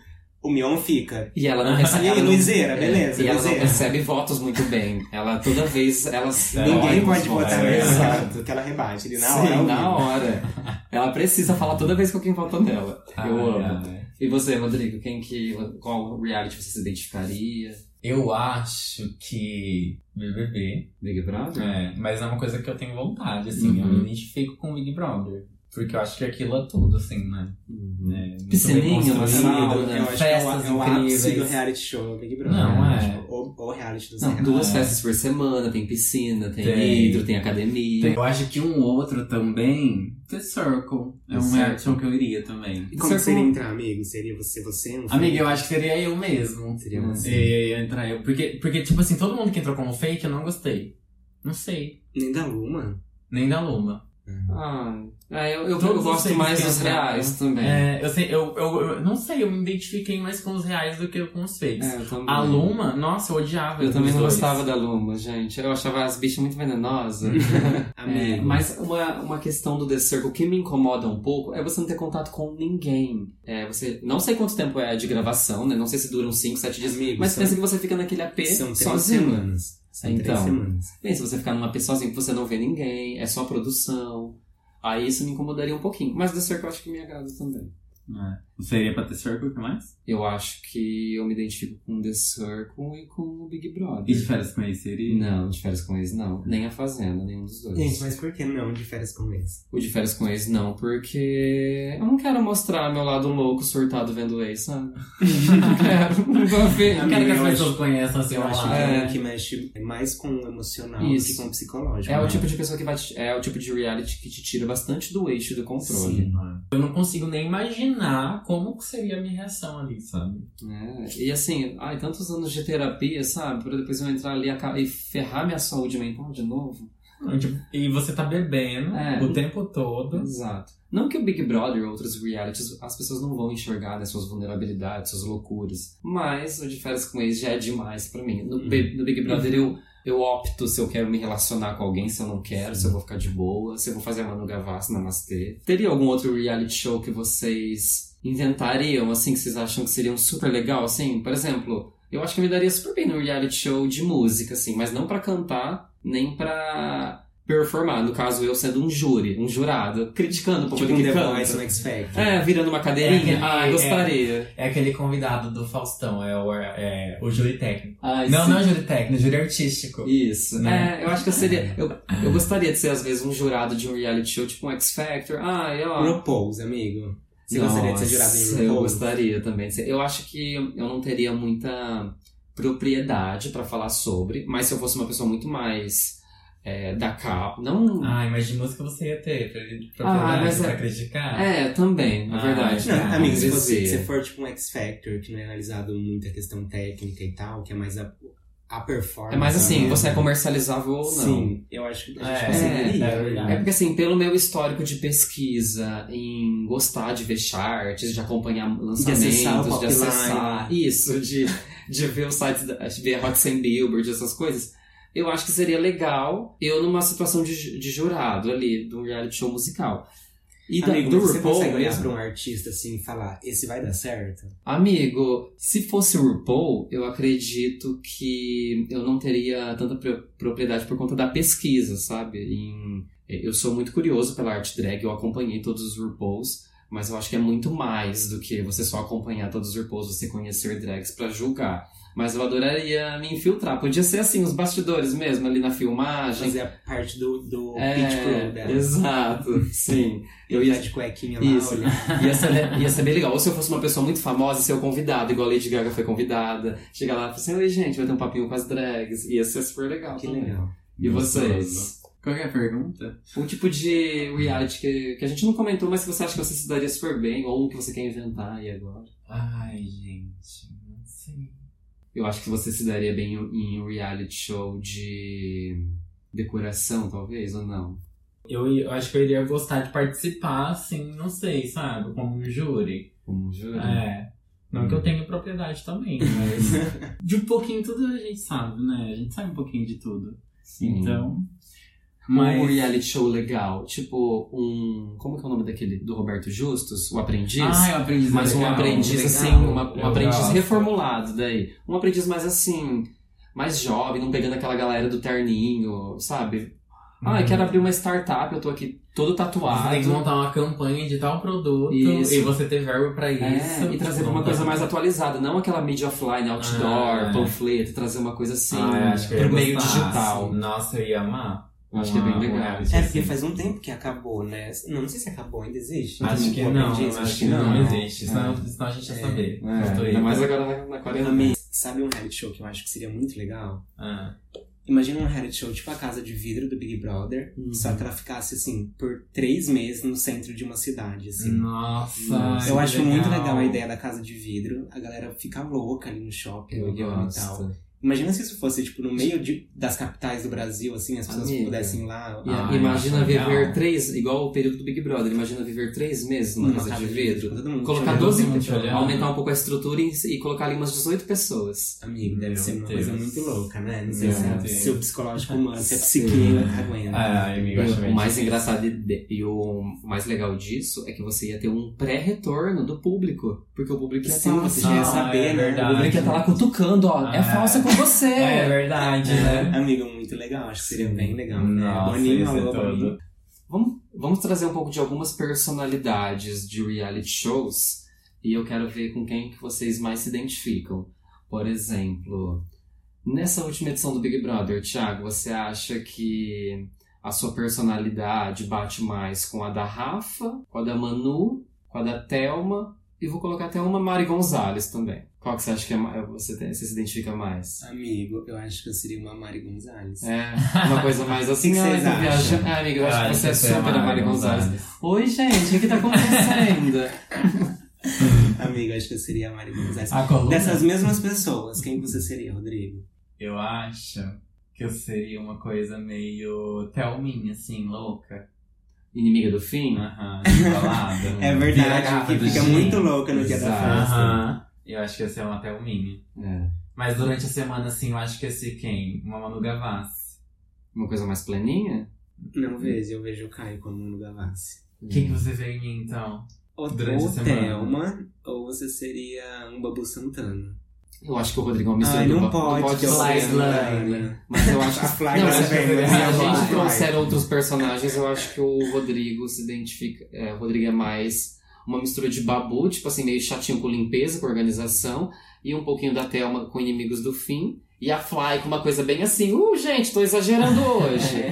[SPEAKER 3] o Mion fica.
[SPEAKER 4] E ela não recebe.
[SPEAKER 3] E
[SPEAKER 4] ela não- é.
[SPEAKER 3] Luizeira, beleza,
[SPEAKER 4] E ela não
[SPEAKER 3] Luizeira.
[SPEAKER 4] recebe votos muito bem. Ela toda vez. Ela,
[SPEAKER 3] Ninguém
[SPEAKER 2] ótimo,
[SPEAKER 3] pode
[SPEAKER 2] bom,
[SPEAKER 3] votar
[SPEAKER 2] é
[SPEAKER 3] nela,
[SPEAKER 4] exato.
[SPEAKER 3] porque ela- que ela rebate ali na
[SPEAKER 4] Sim,
[SPEAKER 3] hora. é
[SPEAKER 4] na hora. Ela precisa falar toda vez que alguém vota nela. eu
[SPEAKER 2] Ai,
[SPEAKER 4] amo.
[SPEAKER 2] ai.
[SPEAKER 4] E você, Rodrigo, quem que. Qual reality você se identificaria?
[SPEAKER 2] Eu acho que BBB,
[SPEAKER 4] Big Brother?
[SPEAKER 2] é, mas é uma coisa que eu tenho vontade, assim, eu
[SPEAKER 4] Uhum.
[SPEAKER 2] me identifico com o Big Brother. Porque eu acho que aquilo é tudo, assim, né?
[SPEAKER 4] Hum.
[SPEAKER 2] É, muito bem
[SPEAKER 4] Piscininha,
[SPEAKER 2] construído.
[SPEAKER 4] Nacional,
[SPEAKER 3] Amigo,
[SPEAKER 4] né?
[SPEAKER 3] Eu acho que é o,
[SPEAKER 2] Festas
[SPEAKER 3] é o ápice do
[SPEAKER 2] incríveis.
[SPEAKER 3] reality show, Big Brother.
[SPEAKER 2] Não,
[SPEAKER 3] né?
[SPEAKER 2] é.
[SPEAKER 3] Tipo, Ou, ou reality dos
[SPEAKER 2] Não,
[SPEAKER 3] reais.
[SPEAKER 4] Duas festas por semana, tem piscina, né? tem,
[SPEAKER 2] Tem.
[SPEAKER 4] hidro, tem academia.
[SPEAKER 2] Eu acho que um outro também, The Circle, é
[SPEAKER 4] The
[SPEAKER 2] um
[SPEAKER 4] Circle.
[SPEAKER 2] reality show que eu iria também.
[SPEAKER 3] E Como seria entrar, amigo? Seria você, você? Um
[SPEAKER 2] Amiga, eu acho que seria eu mesmo.
[SPEAKER 3] Seria
[SPEAKER 4] Hum.
[SPEAKER 3] você.
[SPEAKER 2] E entrar eu. Porque, porque, tipo assim, todo mundo que entrou como fake, eu não gostei. Não sei.
[SPEAKER 3] Nem da Luma?
[SPEAKER 2] Nem da Luma.
[SPEAKER 4] Ah, é, eu, eu,
[SPEAKER 2] Todos
[SPEAKER 4] eu gosto
[SPEAKER 2] vocês
[SPEAKER 4] mais
[SPEAKER 2] que
[SPEAKER 4] dos
[SPEAKER 2] entraram.
[SPEAKER 4] reais também.
[SPEAKER 2] É, eu sei, eu, eu, eu não sei, eu me identifiquei mais com os reais do que com os fakes.
[SPEAKER 4] É, eu também.
[SPEAKER 2] A Luma, nossa, Uhum. eu odiava.
[SPEAKER 4] Eu
[SPEAKER 2] os
[SPEAKER 4] também não
[SPEAKER 2] dois.
[SPEAKER 4] gostava da Luma, gente. Eu achava as bichas muito [laughs] venenosas. É,
[SPEAKER 3] Amigo.
[SPEAKER 4] mas uma, uma questão do The Circle que me incomoda um pouco é você não ter contato com ninguém. É, você não sei quanto tempo é de gravação, né? Não sei se duram 5, 7 dias.
[SPEAKER 3] Amigo,
[SPEAKER 4] Mas
[SPEAKER 3] são-
[SPEAKER 4] pensa que você fica naquele AP
[SPEAKER 3] São três
[SPEAKER 4] sozinho.
[SPEAKER 3] semanas. Sai em três
[SPEAKER 4] Então.
[SPEAKER 3] semanas.
[SPEAKER 4] Bem, se você ficar numa pessoa sozinho, você não vê ninguém, é só produção. Aí isso me incomodaria um pouquinho. Mas The Circle eu acho que me agrada também.
[SPEAKER 2] É. Seria pra ter circle, o que mais?
[SPEAKER 4] Eu acho que eu me identifico com The Circle e com o Big
[SPEAKER 2] E
[SPEAKER 4] Brother.
[SPEAKER 2] de férias com ele seria?
[SPEAKER 4] Não, de férias com ex não. Nem a Fazenda, nenhum dos dois.
[SPEAKER 3] Gente, mas por que não de férias com ex?
[SPEAKER 4] O de férias com ex não, porque eu não quero mostrar meu lado louco, surtado vendo ex, sabe? não quero. Não vou ver. Não quero que
[SPEAKER 2] Amiga,
[SPEAKER 4] as
[SPEAKER 2] eu acho-
[SPEAKER 4] pessoas-
[SPEAKER 2] conheçam
[SPEAKER 3] Eu acho que
[SPEAKER 4] É.
[SPEAKER 3] é o que mexe mais com o emocional do que
[SPEAKER 4] Isso.
[SPEAKER 3] com o psicológico.
[SPEAKER 4] É
[SPEAKER 3] né?
[SPEAKER 4] o tipo de pessoa que vai te- é o tipo de reality que te tira bastante do eixo do controle. Tipo
[SPEAKER 2] Sim,
[SPEAKER 3] Um
[SPEAKER 2] mano. Eu não consigo nem imaginar como que seria a minha reação ali, sabe?
[SPEAKER 4] É, e assim, ai, tantos anos de terapia, sabe? Pra depois eu entrar ali e aca- e ferrar minha saúde mental de novo.
[SPEAKER 2] Não, tipo, E você tá bebendo
[SPEAKER 4] É.
[SPEAKER 2] o tempo todo.
[SPEAKER 4] Exato. Não que o Big Brother ou outros realities, as pessoas não vão enxergar né, suas vulnerabilidades, suas loucuras. Mas o de férias com eles já é demais pra mim. No, Bi- no Big Brother eu, eu opto se eu quero me relacionar com alguém, se eu não quero, se eu vou ficar de boa, se eu vou fazer a Manu Gavassi, Namastê. Teria algum outro reality show que vocês inventariam, assim, que vocês acham que seriam super legal, assim? Por exemplo, eu acho que eu me daria super bem no reality show de música, assim, mas não pra cantar, nem pra performar. No caso, eu sendo um júri, um jurado, criticando o povo
[SPEAKER 3] Tipo um
[SPEAKER 4] que
[SPEAKER 3] The
[SPEAKER 4] canta.
[SPEAKER 3] Voice, um X Factor.
[SPEAKER 4] É, virando uma cadeirinha.
[SPEAKER 2] né? É, aquele-
[SPEAKER 4] ah,
[SPEAKER 2] é.
[SPEAKER 4] gostaria.
[SPEAKER 2] É aquele convidado do Faustão, é o, é, o júri técnico.
[SPEAKER 4] Ai,
[SPEAKER 2] Não,
[SPEAKER 4] sim.
[SPEAKER 2] não é júri técnico, júri artístico.
[SPEAKER 4] Isso.
[SPEAKER 2] Né?
[SPEAKER 4] É, eu acho que eu seria. Eu, eu gostaria de ser, às vezes, um jurado de um reality show, tipo um X Factor. Ah, eu.
[SPEAKER 3] Propose, amigo. Você gostaria de ser jurado em
[SPEAKER 4] Eu
[SPEAKER 3] RuPaul?
[SPEAKER 4] gostaria também. de ser. Eu acho que eu não teria muita propriedade pra falar sobre, mas se eu fosse uma pessoa muito mais é, da capa, não.
[SPEAKER 2] Ah, mas de música você ia ter pra, pra,
[SPEAKER 4] Ah,
[SPEAKER 2] pra-
[SPEAKER 4] mas
[SPEAKER 2] pra
[SPEAKER 4] é-
[SPEAKER 2] criticar.
[SPEAKER 4] É, também, na
[SPEAKER 2] Ah,
[SPEAKER 4] verdade. né?
[SPEAKER 2] não,
[SPEAKER 4] Vamos
[SPEAKER 3] Amigo,
[SPEAKER 4] dizer.
[SPEAKER 3] se você se for tipo um X Factor, que não é analisado muito a questão técnica e tal, que é mais a, a performance.
[SPEAKER 4] É mais assim,
[SPEAKER 3] né?
[SPEAKER 4] você é comercializável ou não.
[SPEAKER 3] Sim, eu acho que a gente
[SPEAKER 2] É,
[SPEAKER 3] conseguiria. né?
[SPEAKER 2] é verdade.
[SPEAKER 4] É porque assim, pelo meu histórico de pesquisa em gostar de ver charts, de acompanhar lançamentos,
[SPEAKER 3] acessar o
[SPEAKER 4] de
[SPEAKER 3] pop
[SPEAKER 4] acessar isso, de, de ver os sites, da, de ver Hot 100 Billboard, essas coisas, eu acho que seria legal eu numa situação de, ju- de jurado ali, de um reality show musical. E da,
[SPEAKER 3] Amigo,
[SPEAKER 4] do
[SPEAKER 3] mas você
[SPEAKER 4] RuPaul
[SPEAKER 3] consegue olhar
[SPEAKER 4] mesmo.
[SPEAKER 3] pra um artista assim e falar, esse vai dar certo?
[SPEAKER 4] Amigo, se fosse o RuPaul, eu acredito que eu não teria tanta pro- propriedade por conta da pesquisa, sabe? Em- é, eu sou muito curioso pela arte drag, eu acompanhei todos os RuPauls, mas eu acho que é muito mais do que você só acompanhar todos os RuPauls, você conhecer drags pra julgar. Mas eu adoraria me infiltrar. Podia ser assim, os bastidores mesmo, ali na filmagem.
[SPEAKER 3] Fazer a parte do, do pitch
[SPEAKER 4] É,
[SPEAKER 3] pro dela.
[SPEAKER 4] exato, sim. Eu ia
[SPEAKER 3] de cuequinha lá, "Ah,
[SPEAKER 4] Isso.
[SPEAKER 3] olhando.
[SPEAKER 4] Ia ser, le- ia ser é bem legal. Ou se eu fosse uma pessoa muito famosa e ser o convidado, igual a Lady Gaga foi convidada. Chegar lá e falar assim, oi gente, vai ter um papinho com as drags. Ia ser super legal.
[SPEAKER 3] Que
[SPEAKER 4] também.
[SPEAKER 3] legal. Uhum.
[SPEAKER 4] E vocês?
[SPEAKER 2] Qual que é a pergunta?
[SPEAKER 4] Um tipo de reality que, que a gente não comentou, mas que você acha que você se daria super bem, ou um que você quer inventar aí agora.
[SPEAKER 2] Ai, gente, não sei.
[SPEAKER 4] Eu acho que você se daria bem em um reality show de decoração, talvez, ou não?
[SPEAKER 2] Eu, eu acho que eu iria gostar de participar, assim, não sei, sabe? Como um júri.
[SPEAKER 4] Como júri.
[SPEAKER 2] É. Não
[SPEAKER 4] Uhum.
[SPEAKER 2] que eu tenha propriedade também,
[SPEAKER 4] [laughs]
[SPEAKER 2] mas. de um pouquinho tudo a gente sabe, né? A gente sabe um pouquinho de tudo.
[SPEAKER 4] Sim.
[SPEAKER 2] Então.
[SPEAKER 4] Um
[SPEAKER 2] Mas.
[SPEAKER 4] reality show legal. Tipo, um. Como que é o nome daquele? Do Roberto Justus? O Aprendiz?
[SPEAKER 2] Ah, eu aprendi
[SPEAKER 4] Mas um
[SPEAKER 2] legal,
[SPEAKER 4] aprendiz
[SPEAKER 2] legal. É
[SPEAKER 4] assim, uma- um
[SPEAKER 2] Eu
[SPEAKER 4] aprendiz
[SPEAKER 2] gosto.
[SPEAKER 4] reformulado daí. Um aprendiz mais assim, mais jovem, não pegando aquela galera do terninho, sabe? Ah, eu quero abrir uma startup, eu tô aqui todo
[SPEAKER 2] Você tem que
[SPEAKER 4] tatuado.
[SPEAKER 2] montar Uhum. uma campanha de tal produto
[SPEAKER 4] Isso.
[SPEAKER 2] e você ter verbo pra isso. tá
[SPEAKER 4] É, e trazer uma coisa mais
[SPEAKER 2] atual.
[SPEAKER 4] atualizada, não aquela mídia offline, outdoor,
[SPEAKER 2] Ah, é.
[SPEAKER 4] panfleto, trazer uma coisa assim
[SPEAKER 2] Ah, acho que eu ia
[SPEAKER 4] pro meio
[SPEAKER 2] gostar. assim.
[SPEAKER 4] digital.
[SPEAKER 2] Nossa, eu ia amar.
[SPEAKER 4] Eu acho que é bem
[SPEAKER 2] Uma-
[SPEAKER 4] legal.
[SPEAKER 2] um reality
[SPEAKER 3] É, porque
[SPEAKER 2] assim.
[SPEAKER 3] faz um tempo que acabou, né? Não, não sei se acabou, ainda existe.
[SPEAKER 2] Acho que
[SPEAKER 3] Eu
[SPEAKER 2] não,
[SPEAKER 3] aprendi isso,
[SPEAKER 2] acho que não, existe. Senão, senão a gente ia
[SPEAKER 3] É.
[SPEAKER 2] saber.
[SPEAKER 4] É,
[SPEAKER 2] Tô aí.
[SPEAKER 4] ainda mais agora na, na quarentena.
[SPEAKER 3] Amigo, sabe um reality show que eu acho que seria muito legal?
[SPEAKER 2] Ah.
[SPEAKER 3] Imagina um reality show tipo a Casa de Vidro do Big Brother,
[SPEAKER 4] Uhum.
[SPEAKER 3] só que ela ficasse assim por três meses no centro de uma cidade, assim.
[SPEAKER 4] Hum,
[SPEAKER 2] Nossa,
[SPEAKER 4] Nossa,
[SPEAKER 3] Eu acho muito legal a ideia da Casa de Vidro, a galera fica louca ali no shopping,
[SPEAKER 4] Eu
[SPEAKER 3] olhando e tal.
[SPEAKER 4] gosto.
[SPEAKER 3] Imagina se isso fosse tipo no meio de- das capitais do Brasil, assim, as pessoas
[SPEAKER 4] Amiga.
[SPEAKER 3] pudessem ir lá.
[SPEAKER 4] E
[SPEAKER 2] Ah, eu
[SPEAKER 4] imagina
[SPEAKER 2] acho
[SPEAKER 4] viver
[SPEAKER 2] legal.
[SPEAKER 4] três, igual o período do Big Brother, imagina viver três meses numa casa de vidro.
[SPEAKER 3] Todo mundo
[SPEAKER 4] Colocar
[SPEAKER 3] te olhando.
[SPEAKER 4] 12
[SPEAKER 2] Todo mundo te olhando.
[SPEAKER 4] aumentar um pouco a estrutura e, e colocar ali umas 18 pessoas.
[SPEAKER 3] Amigo, deve
[SPEAKER 2] Meu
[SPEAKER 3] ser uma
[SPEAKER 2] Deus.
[SPEAKER 3] coisa muito louca, né? Não sei
[SPEAKER 2] Meu
[SPEAKER 3] se é
[SPEAKER 2] Deus.
[SPEAKER 3] seu psicológico humano, se é
[SPEAKER 4] Sim.
[SPEAKER 3] psiqueiro, aguenta.
[SPEAKER 2] Ah, amigo, eu acho
[SPEAKER 4] E o
[SPEAKER 2] bem
[SPEAKER 4] mais é engraçado e, de- e o mais legal disso é que você ia ter um pré-retorno do público. Porque o público ia
[SPEAKER 3] Sim,
[SPEAKER 4] ter uma Ah,
[SPEAKER 3] você
[SPEAKER 2] Não,
[SPEAKER 3] ia saber,
[SPEAKER 2] é
[SPEAKER 3] né?
[SPEAKER 4] O
[SPEAKER 2] verdade.
[SPEAKER 4] público ia estar lá cutucando, ó.
[SPEAKER 2] Ah.
[SPEAKER 4] é falsa com você.
[SPEAKER 2] É verdade, né?
[SPEAKER 3] Amigo, muito legal. Acho que seria bem legal, né?
[SPEAKER 2] Nossa,
[SPEAKER 3] Boninho,
[SPEAKER 2] isso é
[SPEAKER 3] alô,
[SPEAKER 2] tudo.
[SPEAKER 3] Boninho.
[SPEAKER 4] Vamos, vamos trazer um pouco de algumas personalidades de reality shows e eu quero ver com quem que vocês mais se identificam. Por exemplo, nessa última edição do Big Brother, Thiago, você acha que a sua personalidade bate mais com a da Rafa, com a da Manu, com a da Thelma e vou colocar até uma Mari Gonzalez também. Qual que você acha que é, ma- você, tem- você se identifica mais?
[SPEAKER 3] Amigo, eu acho que eu seria uma Mari Gonzalez.
[SPEAKER 4] É, uma coisa mais assim,
[SPEAKER 3] O que
[SPEAKER 4] ai,
[SPEAKER 3] vocês
[SPEAKER 4] tô
[SPEAKER 3] acham?
[SPEAKER 4] viajando. Ah, amiga, eu acho que você é super a Mari Gonzalez.
[SPEAKER 2] né?
[SPEAKER 4] Oi, gente, o que tá acontecendo?
[SPEAKER 3] Amigo, acho que eu seria a Mari Gonzalez.
[SPEAKER 2] A coluna.
[SPEAKER 3] Dessas mesmas pessoas, quem você seria, Rodrigo?
[SPEAKER 2] Eu acho que eu seria uma coisa meio Thelminha, assim, louca.
[SPEAKER 4] [laughs]
[SPEAKER 2] Tipo, né?
[SPEAKER 4] Inimiga do fim?
[SPEAKER 2] [laughs] Aham, desbalada.
[SPEAKER 3] É
[SPEAKER 2] Vira a garrafa
[SPEAKER 3] verdade, que
[SPEAKER 2] do
[SPEAKER 3] fica
[SPEAKER 2] gin.
[SPEAKER 3] muito louca no dia da
[SPEAKER 4] Exato.
[SPEAKER 3] festa.
[SPEAKER 2] Aham. assim. Eu acho que ia ser uma Thelminha.
[SPEAKER 4] É.
[SPEAKER 2] Mas durante a semana, assim, eu acho que ia ser quem? Uma Manu Gavassi.
[SPEAKER 4] Uma coisa mais planinha?
[SPEAKER 3] Não vejo, eu vejo o Caio como no Gavassi.
[SPEAKER 2] Quem que você vê em mim, então?
[SPEAKER 3] Ou,
[SPEAKER 2] Durante a
[SPEAKER 3] ou
[SPEAKER 2] semana.
[SPEAKER 3] Thelma, ou você seria um Babu Santana.
[SPEAKER 4] Eu acho que o é um Rodrigão me
[SPEAKER 3] Ai, não pode,
[SPEAKER 4] pode
[SPEAKER 3] que eu
[SPEAKER 4] ser, né?
[SPEAKER 3] sou Slime.
[SPEAKER 4] Mas eu
[SPEAKER 3] [laughs]
[SPEAKER 4] acho que.
[SPEAKER 3] A Fly
[SPEAKER 4] não,
[SPEAKER 3] tá
[SPEAKER 4] se,
[SPEAKER 3] vendo,
[SPEAKER 4] se a
[SPEAKER 3] né?
[SPEAKER 4] gente
[SPEAKER 3] Vai.
[SPEAKER 4] trouxer outros personagens, eu acho que o Rodrigo se identifica. é, o Rodrigo é mais uma mistura de babu, tipo assim, meio chatinho com limpeza, com organização, e um pouquinho da Thelma com inimigos do fim. E a Fly com uma coisa bem assim, uh, gente, tô exagerando
[SPEAKER 3] [laughs]
[SPEAKER 4] hoje.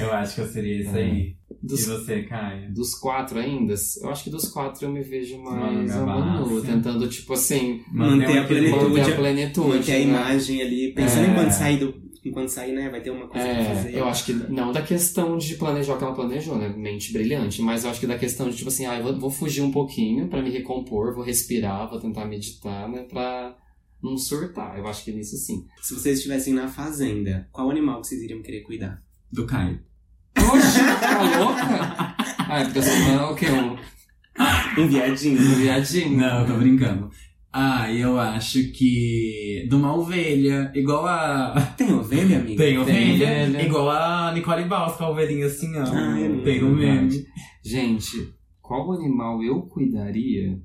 [SPEAKER 2] Eu acho que eu seria isso aí. E
[SPEAKER 4] Dos,
[SPEAKER 2] você, Caio?
[SPEAKER 4] dos quatro ainda, eu acho que dos quatro eu me vejo
[SPEAKER 2] Manu
[SPEAKER 4] mais a
[SPEAKER 2] Gavassi.
[SPEAKER 4] Manu, tentando, tipo assim,
[SPEAKER 3] Manter a
[SPEAKER 2] aquele-
[SPEAKER 3] Plenitude,
[SPEAKER 4] manter a
[SPEAKER 3] a-
[SPEAKER 4] plenitude.
[SPEAKER 3] Manter a
[SPEAKER 4] né?
[SPEAKER 3] imagem ali,
[SPEAKER 2] É.
[SPEAKER 3] pensando em quando sair do. Enquanto sair, né? Vai ter uma coisa pra fazer.
[SPEAKER 4] É, eu acho que não da questão de planejar o que ela planejou, né? Mente brilhante, mas eu acho que da questão de, tipo assim, ah, eu vou, vou fugir um pouquinho pra me recompor, vou respirar, vou tentar meditar, né? Pra não surtar. Eu acho que nisso sim.
[SPEAKER 3] Se vocês estivessem na fazenda, qual animal que vocês iriam querer cuidar?
[SPEAKER 2] Do Caio.
[SPEAKER 4] Oxe, tá louca? Ah, é porque eu sou uma- o quê? Um,
[SPEAKER 3] Um viadinho.
[SPEAKER 4] um viadinho?
[SPEAKER 2] Não, eu tô brincando. Ah, eu acho que. De uma ovelha. Igual a.
[SPEAKER 3] Tem ovelha,
[SPEAKER 2] [laughs]
[SPEAKER 3] amigo?
[SPEAKER 2] Tem ovelha.
[SPEAKER 4] ovelha.
[SPEAKER 2] Igual a Nicole Baus, com a ovelhinha assim, ó.
[SPEAKER 3] Ah, é
[SPEAKER 2] tem no meme.
[SPEAKER 4] Gente, qual animal eu cuidaria?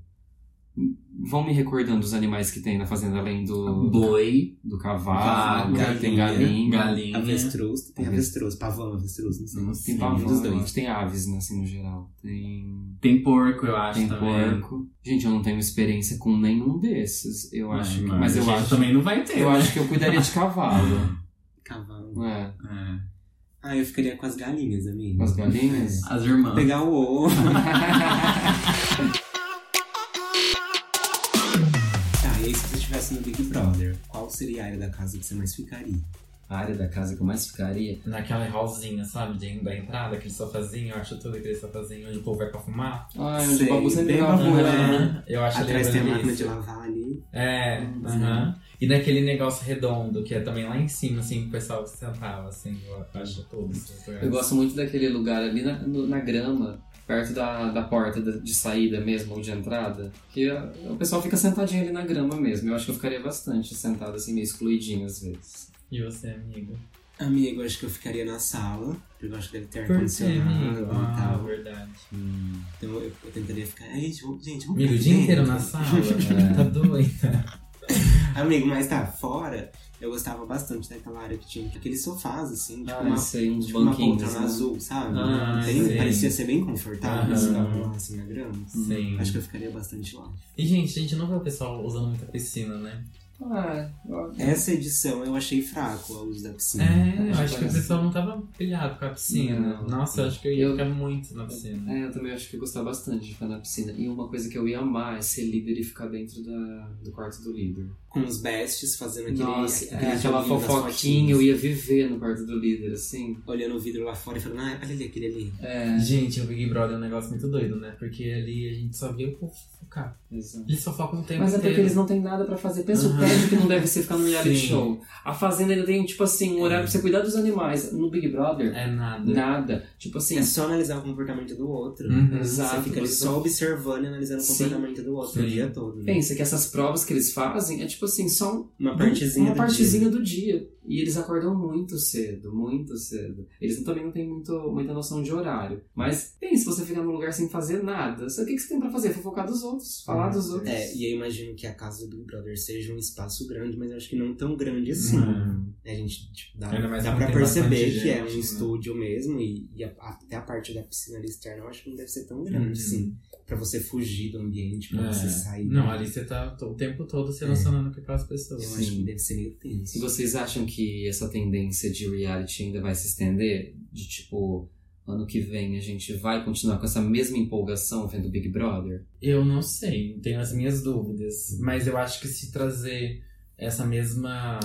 [SPEAKER 4] Vão me recordando os animais que tem na fazenda, além do,
[SPEAKER 2] Boi,
[SPEAKER 4] do cavalo, né?
[SPEAKER 2] Vaca,
[SPEAKER 4] tem galinha.
[SPEAKER 3] galinha,
[SPEAKER 2] galinha.
[SPEAKER 3] Avestruz. Tem avestruz. Pavão, avestruz, não sei. um
[SPEAKER 2] Não
[SPEAKER 4] Tem
[SPEAKER 2] sei.
[SPEAKER 4] pavão,
[SPEAKER 3] dos
[SPEAKER 4] eu
[SPEAKER 3] dois.
[SPEAKER 4] acho. tem aves, né, assim, no geral. Tem,
[SPEAKER 2] Tem porco, eu acho
[SPEAKER 4] tem
[SPEAKER 2] também.
[SPEAKER 4] porco. Gente, eu não tenho experiência com nenhum desses, eu
[SPEAKER 2] Ai,
[SPEAKER 4] acho. que-
[SPEAKER 2] mano,
[SPEAKER 4] mas eu
[SPEAKER 2] gente,
[SPEAKER 4] acho,
[SPEAKER 2] Também não vai ter.
[SPEAKER 4] eu
[SPEAKER 2] né?
[SPEAKER 4] acho que eu cuidaria de cavalo.
[SPEAKER 3] Cavalo.
[SPEAKER 4] né?
[SPEAKER 2] É.
[SPEAKER 3] Ah, eu ficaria com as galinhas, amigo.
[SPEAKER 4] Com as [laughs] galinhas.
[SPEAKER 2] As irmãs.
[SPEAKER 3] Pegar o ovo. [laughs] Tá, e aí se você estivesse no Big Brother, qual seria a área da casa que você mais ficaria?
[SPEAKER 4] A área da casa que eu mais ficaria.
[SPEAKER 2] Naquela hallzinha, sabe? de- Da entrada, aquele sofazinho, eu acho tudo aquele sofazinho onde o povo vai pra fumar.
[SPEAKER 4] Ai, onde
[SPEAKER 3] Sei,
[SPEAKER 4] o babu sempre
[SPEAKER 3] bem
[SPEAKER 4] dava
[SPEAKER 3] babu,
[SPEAKER 4] uma-
[SPEAKER 3] né?
[SPEAKER 2] Aham. Eu acho
[SPEAKER 3] Atrás tem a
[SPEAKER 2] ali
[SPEAKER 3] máquina de lavar ali.
[SPEAKER 2] É, aham. E naquele negócio redondo, que é também lá em cima, assim, que o pessoal sentava, assim, eu acho tudo. esses lugares.
[SPEAKER 4] Eu gosto muito daquele lugar ali na, no- na grama, perto da, da porta da- de saída mesmo, ou de entrada, que a- o pessoal fica sentadinho ali na grama mesmo. Eu acho que eu ficaria bastante sentado, assim, meio excluidinho às vezes.
[SPEAKER 2] E você, amigo?
[SPEAKER 3] Amigo, acho que eu ficaria na sala. Eu acho que deve ter
[SPEAKER 2] amigo?
[SPEAKER 3] ar-condicionado e
[SPEAKER 2] Ah,
[SPEAKER 3] tal.
[SPEAKER 2] verdade.
[SPEAKER 3] Então eu, eu tentaria ficar. Ai, gente, vamos, gente, vamos
[SPEAKER 2] Amigo, o
[SPEAKER 3] ficar
[SPEAKER 2] dia
[SPEAKER 3] dentro."
[SPEAKER 2] inteiro na
[SPEAKER 4] [laughs]
[SPEAKER 2] sala,
[SPEAKER 4] É.
[SPEAKER 2] né? tá doida.
[SPEAKER 3] [laughs] Amigo, mas tá, fora, eu gostava bastante daquela área que tinha aqueles sofás, assim,
[SPEAKER 2] é
[SPEAKER 3] tipo
[SPEAKER 4] Ah,
[SPEAKER 3] uma,
[SPEAKER 4] sei, uns
[SPEAKER 3] tipo uma
[SPEAKER 4] banquinhos,
[SPEAKER 3] poltrona
[SPEAKER 4] né?
[SPEAKER 3] azul, sabe?
[SPEAKER 2] Ah,
[SPEAKER 3] Bem-
[SPEAKER 2] sim.
[SPEAKER 3] parecia ser bem confortável,
[SPEAKER 2] Aham.
[SPEAKER 3] assim, tava lá, assim, na grama.
[SPEAKER 4] Hum,
[SPEAKER 2] Sim.
[SPEAKER 3] Acho que eu ficaria bastante lá.
[SPEAKER 2] E, gente, a gente não vê o pessoal usando muita piscina, né?
[SPEAKER 4] Ah, ó,
[SPEAKER 3] Essa edição eu achei fraco o uso da piscina.
[SPEAKER 2] É, eu
[SPEAKER 4] acho
[SPEAKER 2] acho que o
[SPEAKER 4] que-
[SPEAKER 2] pessoal não tava pilhado com a piscina.
[SPEAKER 4] Não.
[SPEAKER 2] Nossa, eu acho que eu ia
[SPEAKER 4] Eu-
[SPEAKER 2] ficar muito na piscina.
[SPEAKER 4] É, eu também acho que eu gostava bastante de ficar na piscina. E uma coisa que eu ia amar é ser líder e ficar dentro da, do quarto do líder.
[SPEAKER 3] Com os bestes fazendo aquele,
[SPEAKER 4] Nossa,
[SPEAKER 3] aquele
[SPEAKER 4] é, aquela
[SPEAKER 3] joguinho das
[SPEAKER 4] fofoquinha, eu
[SPEAKER 3] fotinhas,
[SPEAKER 4] ia viver no quarto do líder, assim.
[SPEAKER 3] Olhando o vidro lá fora e falando, ah, olha ali, aquele ali.
[SPEAKER 4] É,
[SPEAKER 2] Gente, o Big Brother é um negócio muito doido, né? Porque ali a gente só via o povo focar.
[SPEAKER 4] exato.
[SPEAKER 2] Eles só focam o tempo
[SPEAKER 4] Mas é porque
[SPEAKER 2] inteiro.
[SPEAKER 4] eles não têm nada pra fazer. Pensa
[SPEAKER 2] Aham.
[SPEAKER 4] o tédio que não deve ser ficar no reality
[SPEAKER 2] Sim.
[SPEAKER 4] show. A Fazenda ainda tem, tipo assim, um horário pra você cuidar dos animais. No Big Brother,
[SPEAKER 2] É nada.
[SPEAKER 4] nada. Tipo assim,
[SPEAKER 3] É só analisar o comportamento do outro.
[SPEAKER 2] Uhum.
[SPEAKER 4] Exato,
[SPEAKER 3] Você fica ali
[SPEAKER 4] você
[SPEAKER 3] só observando e analisando o
[SPEAKER 4] Sim.
[SPEAKER 3] comportamento do outro
[SPEAKER 2] Sim.
[SPEAKER 3] o dia todo. Né?
[SPEAKER 4] pensa que essas provas que eles fazem é, tipo assim, só um-
[SPEAKER 3] Uma partezinha
[SPEAKER 4] uma
[SPEAKER 3] do
[SPEAKER 4] partezinha do dia. E eles acordam muito cedo, muito cedo. Eles também não têm muito, muita noção de horário. Mas tem, se você ficar num lugar sem fazer nada, sabe o que, que você tem pra fazer? Fofocar dos outros, falar dos outros.
[SPEAKER 3] É, e eu imagino que a casa do Big Brother seja um espaço grande, mas eu acho que não tão grande assim.
[SPEAKER 2] Hum.
[SPEAKER 3] A gente, tipo, dá,
[SPEAKER 2] Ainda mais
[SPEAKER 3] dá
[SPEAKER 2] quando
[SPEAKER 3] pra
[SPEAKER 2] tem
[SPEAKER 3] perceber
[SPEAKER 2] bastante
[SPEAKER 3] que é um
[SPEAKER 2] gente, né?
[SPEAKER 3] estúdio mesmo, e, e a- até a parte da piscina ali externa eu acho que não deve ser tão grande
[SPEAKER 2] Hum.
[SPEAKER 3] assim. Pra você fugir do ambiente, pra
[SPEAKER 2] É.
[SPEAKER 3] você sair. né?
[SPEAKER 2] Não, ali você tá o tempo todo se relacionando com aquelas
[SPEAKER 3] Eu
[SPEAKER 2] pessoas.
[SPEAKER 3] acho que deve ser meio tenso.
[SPEAKER 4] E vocês acham que essa tendência de reality ainda vai se estender? De tipo, ano que vem a gente vai continuar com essa mesma empolgação vendo Big Brother?
[SPEAKER 2] Eu não sei, tenho as minhas dúvidas. Mas eu acho que se trazer essa mesma